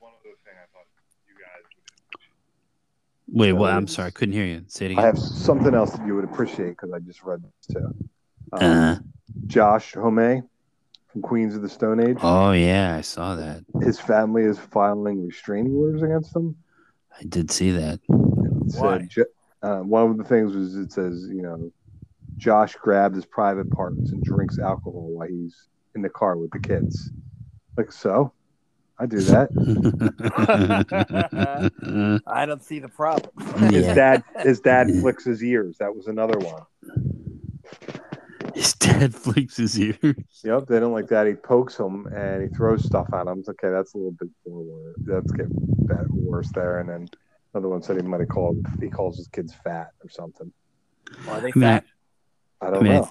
Speaker 6: One other thing I thought you guys would
Speaker 2: Wait,
Speaker 1: No,
Speaker 2: well, I'm
Speaker 1: it's-
Speaker 2: sorry, I couldn't hear you. Say it
Speaker 1: I
Speaker 2: again.
Speaker 1: have something else that you would appreciate because I just read this too. Um,
Speaker 2: Uh,
Speaker 1: Josh Homme from Queens of the Stone Age.
Speaker 2: oh yeah, I saw that.
Speaker 1: His family is filing restraining orders against him.
Speaker 2: I did see that.
Speaker 1: It said
Speaker 5: Why?
Speaker 1: Jo- uh, one of the things was it says, you know, Josh grabs his private parts and drinks alcohol while he's in the car with the kids. Like, so I do that.
Speaker 5: I don't see the problem.
Speaker 1: His
Speaker 2: yeah,
Speaker 1: dad, his dad flicks his ears. That was another one.
Speaker 2: his dad flicks his ear.
Speaker 1: Yep, they don't like that. He pokes him and he throws stuff at him. It's Okay, that's a little bit more. wor- That's get bad, worse there. And then another one said he might have called. He calls his kids fat or something.
Speaker 5: Are they
Speaker 2: I mean, I-
Speaker 5: fat?
Speaker 1: I
Speaker 2: I
Speaker 1: don't
Speaker 2: mean, I,
Speaker 1: know.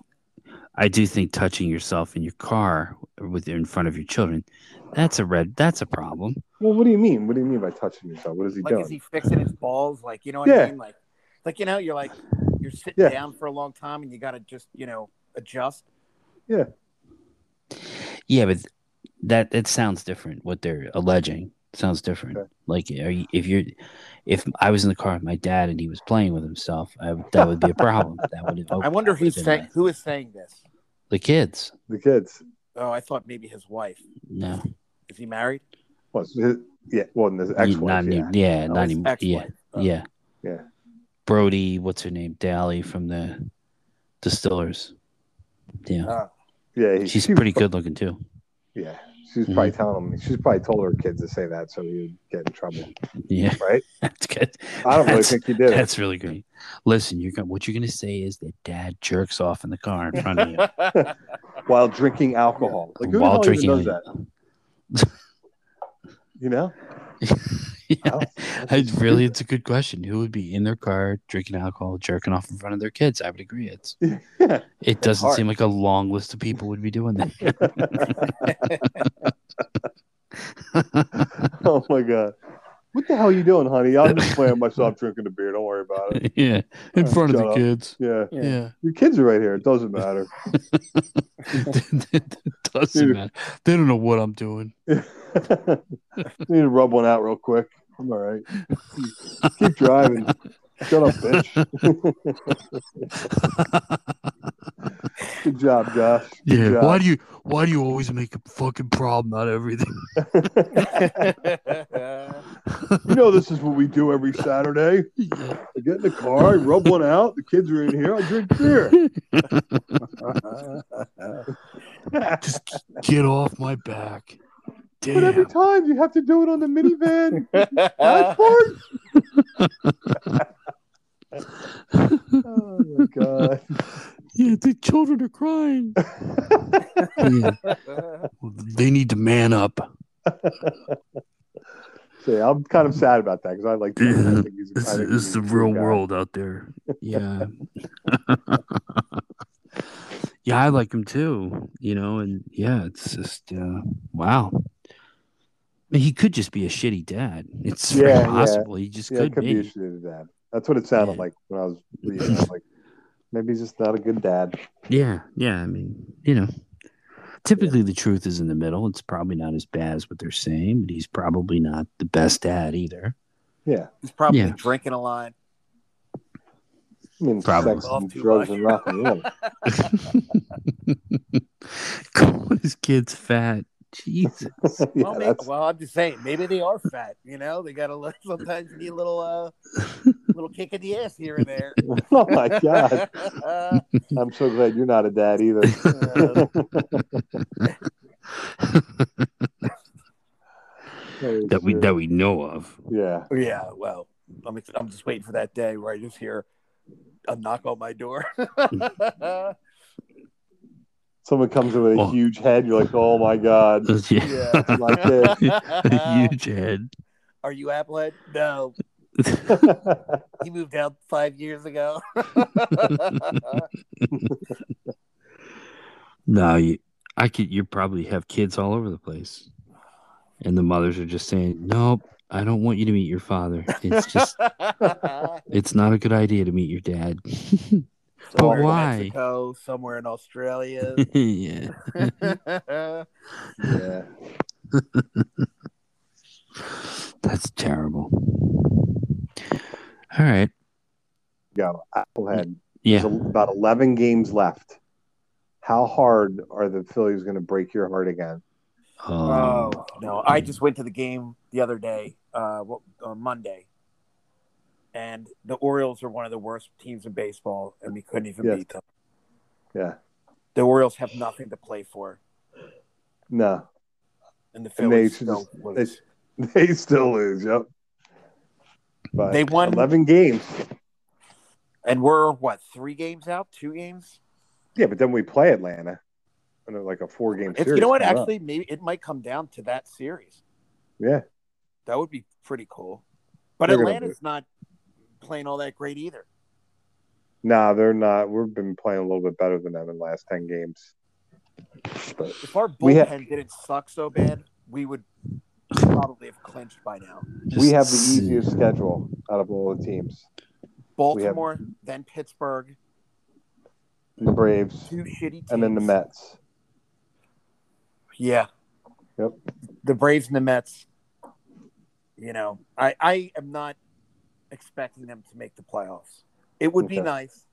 Speaker 2: th- I do think touching yourself in your car with in front of your children, that's a red. That's a problem.
Speaker 1: Well, what do you mean? What do you mean by touching yourself? What is he
Speaker 5: Like,
Speaker 1: doing?
Speaker 5: is he fixing his balls? Like, you know what
Speaker 1: Yeah.
Speaker 5: I mean? Like, like you know, you're like, you're sitting
Speaker 1: Yeah.
Speaker 5: down for a long time, and you gotta just, you know, adjust.
Speaker 2: Yeah, but that it sounds different. What they're alleging sounds different.
Speaker 1: Okay.
Speaker 2: Like, are you, if you're, if I was in the car with my dad and he was playing with himself, I, that would be a problem. that would.
Speaker 5: I wonder
Speaker 2: that would've
Speaker 5: who's
Speaker 2: been
Speaker 5: saying
Speaker 2: a-
Speaker 5: who is saying this.
Speaker 2: the kids.
Speaker 1: The kids.
Speaker 5: Oh, I thought maybe his wife.
Speaker 2: No,
Speaker 5: Is he married?
Speaker 1: Well, it's his- yeah. Well, and his ex
Speaker 2: not
Speaker 1: wife.
Speaker 2: any-
Speaker 1: Yeah.
Speaker 2: yeah,
Speaker 1: No,
Speaker 2: not
Speaker 1: his
Speaker 2: any- yeah,
Speaker 5: Ex-wife. Oh.
Speaker 2: yeah,
Speaker 1: Yeah.
Speaker 2: Brody, what's her name? Dally from the Distillers. Yeah,
Speaker 5: Oh.
Speaker 1: yeah he- Uh,
Speaker 2: she's Mm-hmm.
Speaker 1: she was
Speaker 2: pretty
Speaker 1: pro-
Speaker 2: good looking too.
Speaker 1: Yeah, she's probably telling him. She's probably told her kids to say that so he'd get in trouble.
Speaker 2: Yeah,
Speaker 1: Right?
Speaker 2: That's good.
Speaker 1: I don't really
Speaker 2: That's-
Speaker 1: think he did. it.
Speaker 2: That's really great. Listen, you're going what you're gonna say is that dad jerks off in the car in front of you
Speaker 1: While drinking alcohol. Like, who the
Speaker 2: while
Speaker 1: hell even
Speaker 2: drinking.
Speaker 1: does that? You know.
Speaker 2: Yeah.
Speaker 1: Wow.
Speaker 2: I really, it's a good question. Who would be in their car drinking alcohol, jerking off in front of their kids? I would agree. It's
Speaker 1: Yeah.
Speaker 2: it doesn't
Speaker 1: hard.
Speaker 2: seem like a long list of people would be doing that.
Speaker 1: oh my god. What the hell are you doing, honey? I'm just playing myself drinking a beer. Don't worry about it.
Speaker 2: yeah, in
Speaker 1: Oh,
Speaker 2: front of the
Speaker 1: shut up.
Speaker 2: kids.
Speaker 1: Yeah.
Speaker 5: Yeah.
Speaker 2: Yeah,
Speaker 1: Your kids are right here. It doesn't matter.
Speaker 2: it doesn't
Speaker 1: Dude.
Speaker 2: matter. They don't know what I'm doing.
Speaker 1: Need to rub one out real quick. I'm all right. Keep driving. Shut up, bitch. Good job, Josh. Good
Speaker 7: Yeah.
Speaker 1: job.
Speaker 7: Why do you Why do you always make a fucking problem out of everything?
Speaker 1: you know this is what we do every Saturday.
Speaker 7: Yeah.
Speaker 1: I get in the car, I rub one out. The kids are in here. I drink beer.
Speaker 7: Just g- get off my back.
Speaker 1: But every
Speaker 7: Damn.
Speaker 1: time you have to do it on the minivan dashboard. oh my god!
Speaker 7: Yeah, the children are crying.
Speaker 2: Yeah.
Speaker 7: They need to man up.
Speaker 1: So yeah, I'm kind of sad about that because I like. Jordan. I think he's, I
Speaker 7: It's,
Speaker 1: think
Speaker 7: it's
Speaker 1: he's
Speaker 7: the
Speaker 1: a good
Speaker 7: real
Speaker 1: guy.
Speaker 7: world out there.
Speaker 2: Yeah. yeah, I like him too, you know, and yeah, it's just uh wow. I mean, he could just be a shitty dad. It's very
Speaker 1: Yeah, yeah.
Speaker 2: possible. He just
Speaker 1: Yeah,
Speaker 2: could,
Speaker 1: it could be. a
Speaker 2: be.
Speaker 1: shitty dad. That's what it sounded
Speaker 2: Yeah.
Speaker 1: like when I was reading. it. I was like, maybe he's just not a good dad.
Speaker 2: Yeah, yeah. I mean, you know. Typically the truth is in the middle. It's probably not as bad as what they're saying, but he's probably not the best dad either.
Speaker 1: Yeah,
Speaker 4: He's probably
Speaker 2: Yeah.
Speaker 4: drinking a lot.
Speaker 1: I mean,
Speaker 2: Probably.
Speaker 1: sex and drugs and rock and roll.
Speaker 2: Calling his kids fat. Jesus.
Speaker 1: yeah,
Speaker 4: well, maybe,
Speaker 1: that's
Speaker 4: well, I'm just saying, maybe they are fat. You know, they got a little. Sometimes you need a little, uh, little kick in the ass here and there.
Speaker 1: oh my god!
Speaker 4: Uh,
Speaker 1: I'm so glad you're not a dad either.
Speaker 2: that we that we know of.
Speaker 1: yeah.
Speaker 4: yeah, well, I'm, ex- I'm just waiting for that day where I just hear a knock on my door.
Speaker 1: Someone comes in with a
Speaker 2: Oh.
Speaker 1: huge head. You're like, oh my god,
Speaker 2: Yeah.
Speaker 4: yeah.
Speaker 1: it's my kid.
Speaker 2: Huge head.
Speaker 4: Are you Applehead? No, he moved out five years ago.
Speaker 2: No, you, I could. You probably have kids all over the place, and the mothers are just saying, "Nope, I don't want you to meet your father. It's just, it's not a good idea to meet your dad."
Speaker 4: Somewhere in
Speaker 2: why?
Speaker 4: Mexico, somewhere in Australia.
Speaker 2: yeah,
Speaker 1: yeah.
Speaker 2: that's terrible. All right,
Speaker 1: Go. Applehead. There's
Speaker 2: yeah,
Speaker 1: about 11 games left. How hard are the Phillies going to break your heart again?
Speaker 2: oh,
Speaker 4: Oh no! I just went to the game the other day, uh, what- on Monday, and the Orioles are one of the worst teams in baseball, and we couldn't even
Speaker 1: Yes.
Speaker 4: beat them.
Speaker 1: Yeah.
Speaker 4: The Orioles have nothing to play for,
Speaker 1: No,
Speaker 4: and the
Speaker 1: And they
Speaker 4: Phillies
Speaker 1: should
Speaker 4: don't
Speaker 1: they,
Speaker 4: lose.
Speaker 1: they still lose. Yep. But
Speaker 4: They won-
Speaker 1: 11 games.
Speaker 4: And we're what three games out, two games.
Speaker 1: Yeah, but then we play Atlanta in like a four game
Speaker 4: If
Speaker 1: series.
Speaker 4: you know what,
Speaker 1: in a row.
Speaker 4: actually, maybe it might come down to that series.
Speaker 1: Yeah.
Speaker 4: That would be pretty cool. But
Speaker 1: They're gonna
Speaker 4: Atlanta's not playing all that great either.
Speaker 1: No, they're not. We've been playing a little bit better than them in the last 10 games. But
Speaker 4: If our
Speaker 1: We ha-
Speaker 4: bullpen didn't suck so bad, we would probably have clinched by now.
Speaker 1: we have the e-
Speaker 2: Just-
Speaker 1: easiest schedule out of all the teams.
Speaker 4: Baltimore, then Pittsburgh,
Speaker 1: The Braves
Speaker 4: two shitty teams,
Speaker 1: and then the Mets.
Speaker 4: Yeah.
Speaker 1: Yep.
Speaker 4: The Braves and the Mets. You know, I I am not expecting them to make the playoffs. It would be
Speaker 1: Okay.
Speaker 4: nice.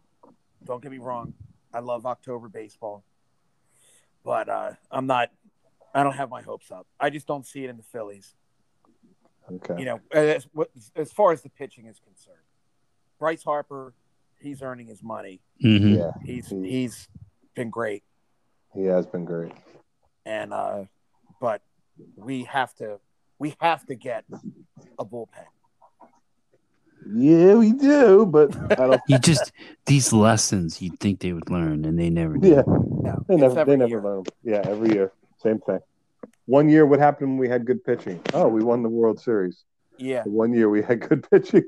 Speaker 4: Don't get me wrong. I love October baseball, but uh, I'm not. I don't have my hopes up. I just don't see it in the Phillies.
Speaker 1: Okay.
Speaker 4: you know, as, as far as the pitching is concerned, Bryce Harper, he's earning his money.
Speaker 2: mhm.
Speaker 1: Yeah,
Speaker 4: He's
Speaker 1: Mhm.
Speaker 4: he's been great,
Speaker 1: he has been great.
Speaker 4: and uh, but we have to we have to get a bullpen.
Speaker 1: Yeah, we do, but I don't.
Speaker 2: You just these lessons you'd think they would learn, and they never do.
Speaker 1: Yeah,
Speaker 4: No,
Speaker 1: they
Speaker 4: it's
Speaker 1: never,
Speaker 4: every
Speaker 1: they never
Speaker 4: year.
Speaker 1: learn. Yeah, every year, same thing. One year, what happened when we had good pitching? Oh, we won the World Series.
Speaker 4: Yeah,
Speaker 1: The One year, we had good pitching.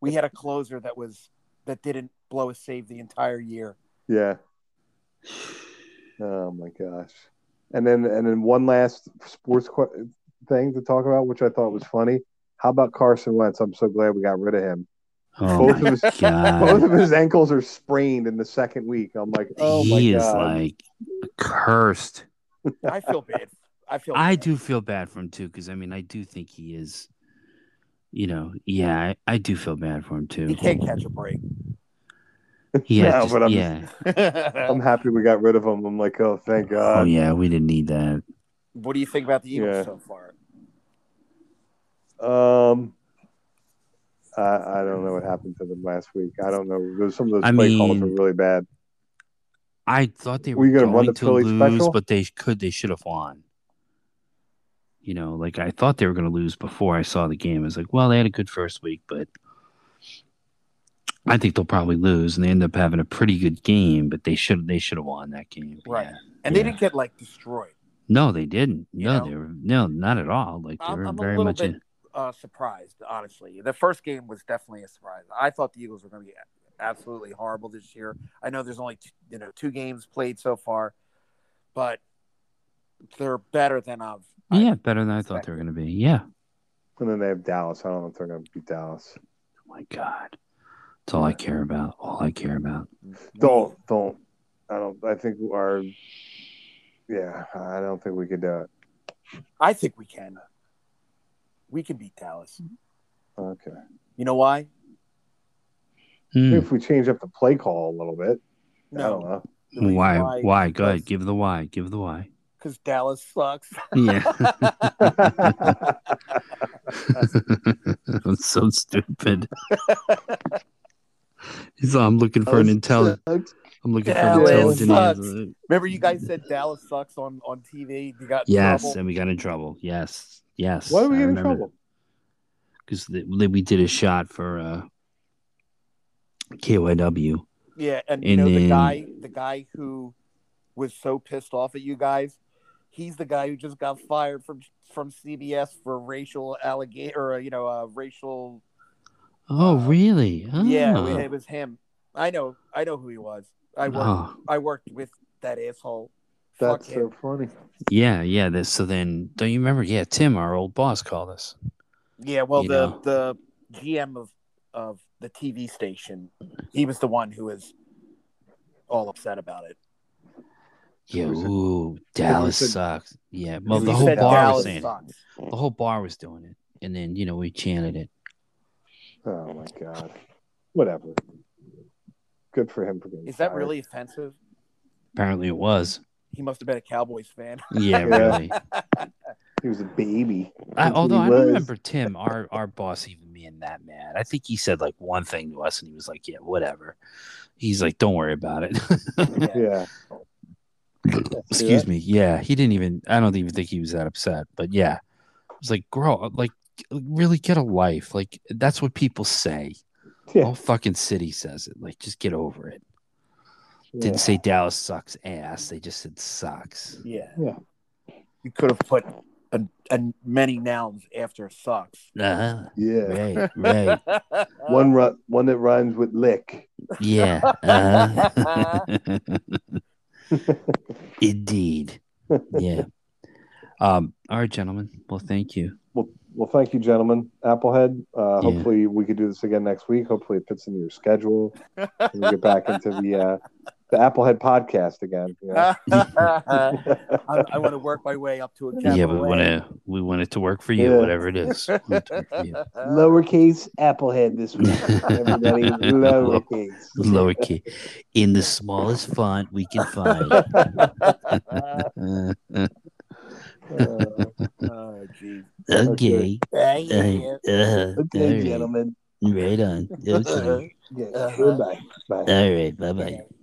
Speaker 4: we had a closer that was that didn't blow a save the entire year.
Speaker 1: Yeah. Oh my gosh. And then and then one last sports qu- thing to talk about, which I thought was funny. How about Carson Wentz? I'm so glad we got rid of him.
Speaker 2: Oh
Speaker 1: Both
Speaker 2: my
Speaker 1: of his both
Speaker 2: god,
Speaker 1: of his ankles are sprained in the second week. I'm like, oh my
Speaker 2: he is
Speaker 1: god.
Speaker 2: like cursed.
Speaker 4: I feel bad. I feel.
Speaker 2: I
Speaker 4: bad.
Speaker 2: do feel bad for him too, because I mean, I do think he is, you know, yeah, I, I do feel bad for him too.
Speaker 4: He can't catch a break.
Speaker 1: No,
Speaker 2: Yeah, just-
Speaker 1: but I'm- uh,
Speaker 2: yeah.
Speaker 1: I'm happy we got rid of him. I'm like, oh, thank
Speaker 2: oh
Speaker 1: God.
Speaker 2: yeah, we didn't need that.
Speaker 5: What do you think about the Eagles
Speaker 1: Yeah.
Speaker 5: so far?
Speaker 1: Um, I, I don't know what happened to them last week. I don't know. Those, some of those
Speaker 2: I
Speaker 1: play calls were
Speaker 2: mean-
Speaker 1: really bad.
Speaker 2: I thought they
Speaker 1: Were
Speaker 2: were,
Speaker 1: you gonna
Speaker 2: going
Speaker 1: run the
Speaker 2: to
Speaker 1: Philly
Speaker 2: lose,
Speaker 1: special?
Speaker 2: but they could. They should have won. You know, like I thought they were going to lose before I saw the game. I was like, well, they had a good first week, but I think they'll probably lose, and they end up having a pretty good game. But they should they should have won that game.
Speaker 5: Right.
Speaker 2: Yeah.
Speaker 5: And
Speaker 2: Yeah.
Speaker 5: they didn't get like destroyed.
Speaker 2: No, they didn't.
Speaker 5: You
Speaker 2: No,
Speaker 5: know?
Speaker 2: they were no, not at all. Like they
Speaker 5: I'm-
Speaker 2: were
Speaker 5: I'm a
Speaker 2: very
Speaker 5: little
Speaker 2: much
Speaker 5: bit-
Speaker 2: in.
Speaker 5: Uh, surprised, honestly. The first game was definitely a surprise. I thought the Eagles were going to be absolutely horrible this year. I know there's only t- you know two games played so far, but they're better than I've. I-
Speaker 2: yeah, better than I thought they were going to be. Yeah.
Speaker 1: And then they have Dallas. I don't know if they're going to beat Dallas.
Speaker 2: Oh my God, that's all I care about. All I care about.
Speaker 1: Don't don't. I don't. I think our. Yeah, I don't think we could do it.
Speaker 5: I think we can. We can beat Dallas.
Speaker 1: Okay.
Speaker 5: You know why?
Speaker 2: Hmm.
Speaker 1: If we change up the play call a little bit, I don't
Speaker 5: No,
Speaker 1: know.
Speaker 5: the reason
Speaker 2: Why? Why? Go ahead.
Speaker 5: because-
Speaker 2: Give the why. Give the why.
Speaker 5: Because Dallas sucks.
Speaker 2: Yeah. I'm so stupid. so I'm looking for an intelligent. I'm looking
Speaker 5: Dallas
Speaker 2: for an intelligent
Speaker 5: sucks.
Speaker 2: answer.
Speaker 5: Remember, you guys said Dallas sucks on on TV. You got in
Speaker 2: Yes,
Speaker 5: trouble?
Speaker 2: and we got in trouble. Yes, yes.
Speaker 1: Why do we get in trouble?
Speaker 2: Because we did a shot for uh, KYW.
Speaker 5: Yeah, and you
Speaker 2: And
Speaker 5: know
Speaker 2: then-
Speaker 5: the guy, the guy who was so pissed off at you guys, he's the guy who just got fired from from CBS for racial allegation or uh, you know uh, racial.
Speaker 2: Oh,
Speaker 5: Uh,
Speaker 2: really? Oh.
Speaker 5: Yeah, it- it was him. I know, I know who he was. I worked,
Speaker 2: Oh,
Speaker 5: I worked with that asshole. Fuck
Speaker 1: That's
Speaker 5: him.
Speaker 1: so funny.
Speaker 2: yeah, yeah. This, so then, don't you remember? Yeah, Tim, our old boss, called us.
Speaker 5: Yeah, well,
Speaker 2: you
Speaker 5: the
Speaker 2: know.
Speaker 5: the GM of of the TV station, he was the one who was all upset about it.
Speaker 2: Yeah,
Speaker 1: Who was it?
Speaker 2: ooh, Dallas
Speaker 1: said-
Speaker 2: sucks. Yeah, well,
Speaker 1: He
Speaker 2: the
Speaker 5: He
Speaker 2: whole
Speaker 5: said
Speaker 2: bar
Speaker 5: Dallas
Speaker 2: was saying it.
Speaker 5: sucks.
Speaker 2: The whole bar was doing it, and then you know we chanted it.
Speaker 1: Oh my god. Whatever. Good for him for getting.
Speaker 5: Is that
Speaker 1: fired.
Speaker 5: really offensive?
Speaker 2: Apparently, it was.
Speaker 5: He must have been a Cowboys fan.
Speaker 2: Yeah,
Speaker 1: Yeah.
Speaker 2: really.
Speaker 1: He was a baby.
Speaker 2: I,
Speaker 1: That's what
Speaker 2: although
Speaker 1: he
Speaker 2: I
Speaker 1: was.
Speaker 2: don't remember Tim, our our boss, even being that mad. I think he said like one thing to us, and he was like, "Yeah, whatever." He's like, "Don't worry about it."
Speaker 1: Yeah.
Speaker 2: Excuse me. Yeah, he didn't even. I don't even think he was that upset. But yeah, it was like, "Girl, uh, like, really get a life." Like that's what people say. The
Speaker 1: Yeah.
Speaker 2: whole fucking city says it. Like, just get over it.
Speaker 1: yeah.
Speaker 2: Didn't say Dallas sucks ass. They just said sucks.
Speaker 5: Yeah.
Speaker 1: Yeah.
Speaker 5: You could have put a, a many nouns after sucks.
Speaker 2: Uh-huh.
Speaker 1: Yeah.
Speaker 2: Right, right.
Speaker 1: One ru- one that rhymes with lick.
Speaker 2: Yeah. Uh-huh. Indeed. Yeah. Um, all right, gentlemen. Well, thank you.
Speaker 1: Well, well, thank you, gentlemen. Applehead. Uh,
Speaker 2: Yeah.
Speaker 1: Hopefully, we could do this again next week. Hopefully, it fits into your schedule. We get back into the uh, the Applehead podcast again. you know?
Speaker 5: I, I want to work my way up to a
Speaker 2: Yeah,
Speaker 5: capital
Speaker 2: we want to we want it to work for you,
Speaker 1: Yeah.
Speaker 2: whatever it is. We want it to work for you.
Speaker 1: Lowercase Applehead this week. Everybody, lowercase.
Speaker 2: Lowercase, in the smallest font we can find.
Speaker 5: A.
Speaker 2: Uh,
Speaker 1: Uh,
Speaker 5: oh, geez.
Speaker 2: okay. Uh,
Speaker 5: Yeah.
Speaker 2: uh, all
Speaker 1: okay,
Speaker 2: right.
Speaker 1: gentlemen.
Speaker 2: Right on. Okay.
Speaker 1: Yeah,
Speaker 5: Uh-huh.
Speaker 1: Bye. Bye.
Speaker 2: All right. Bye bye.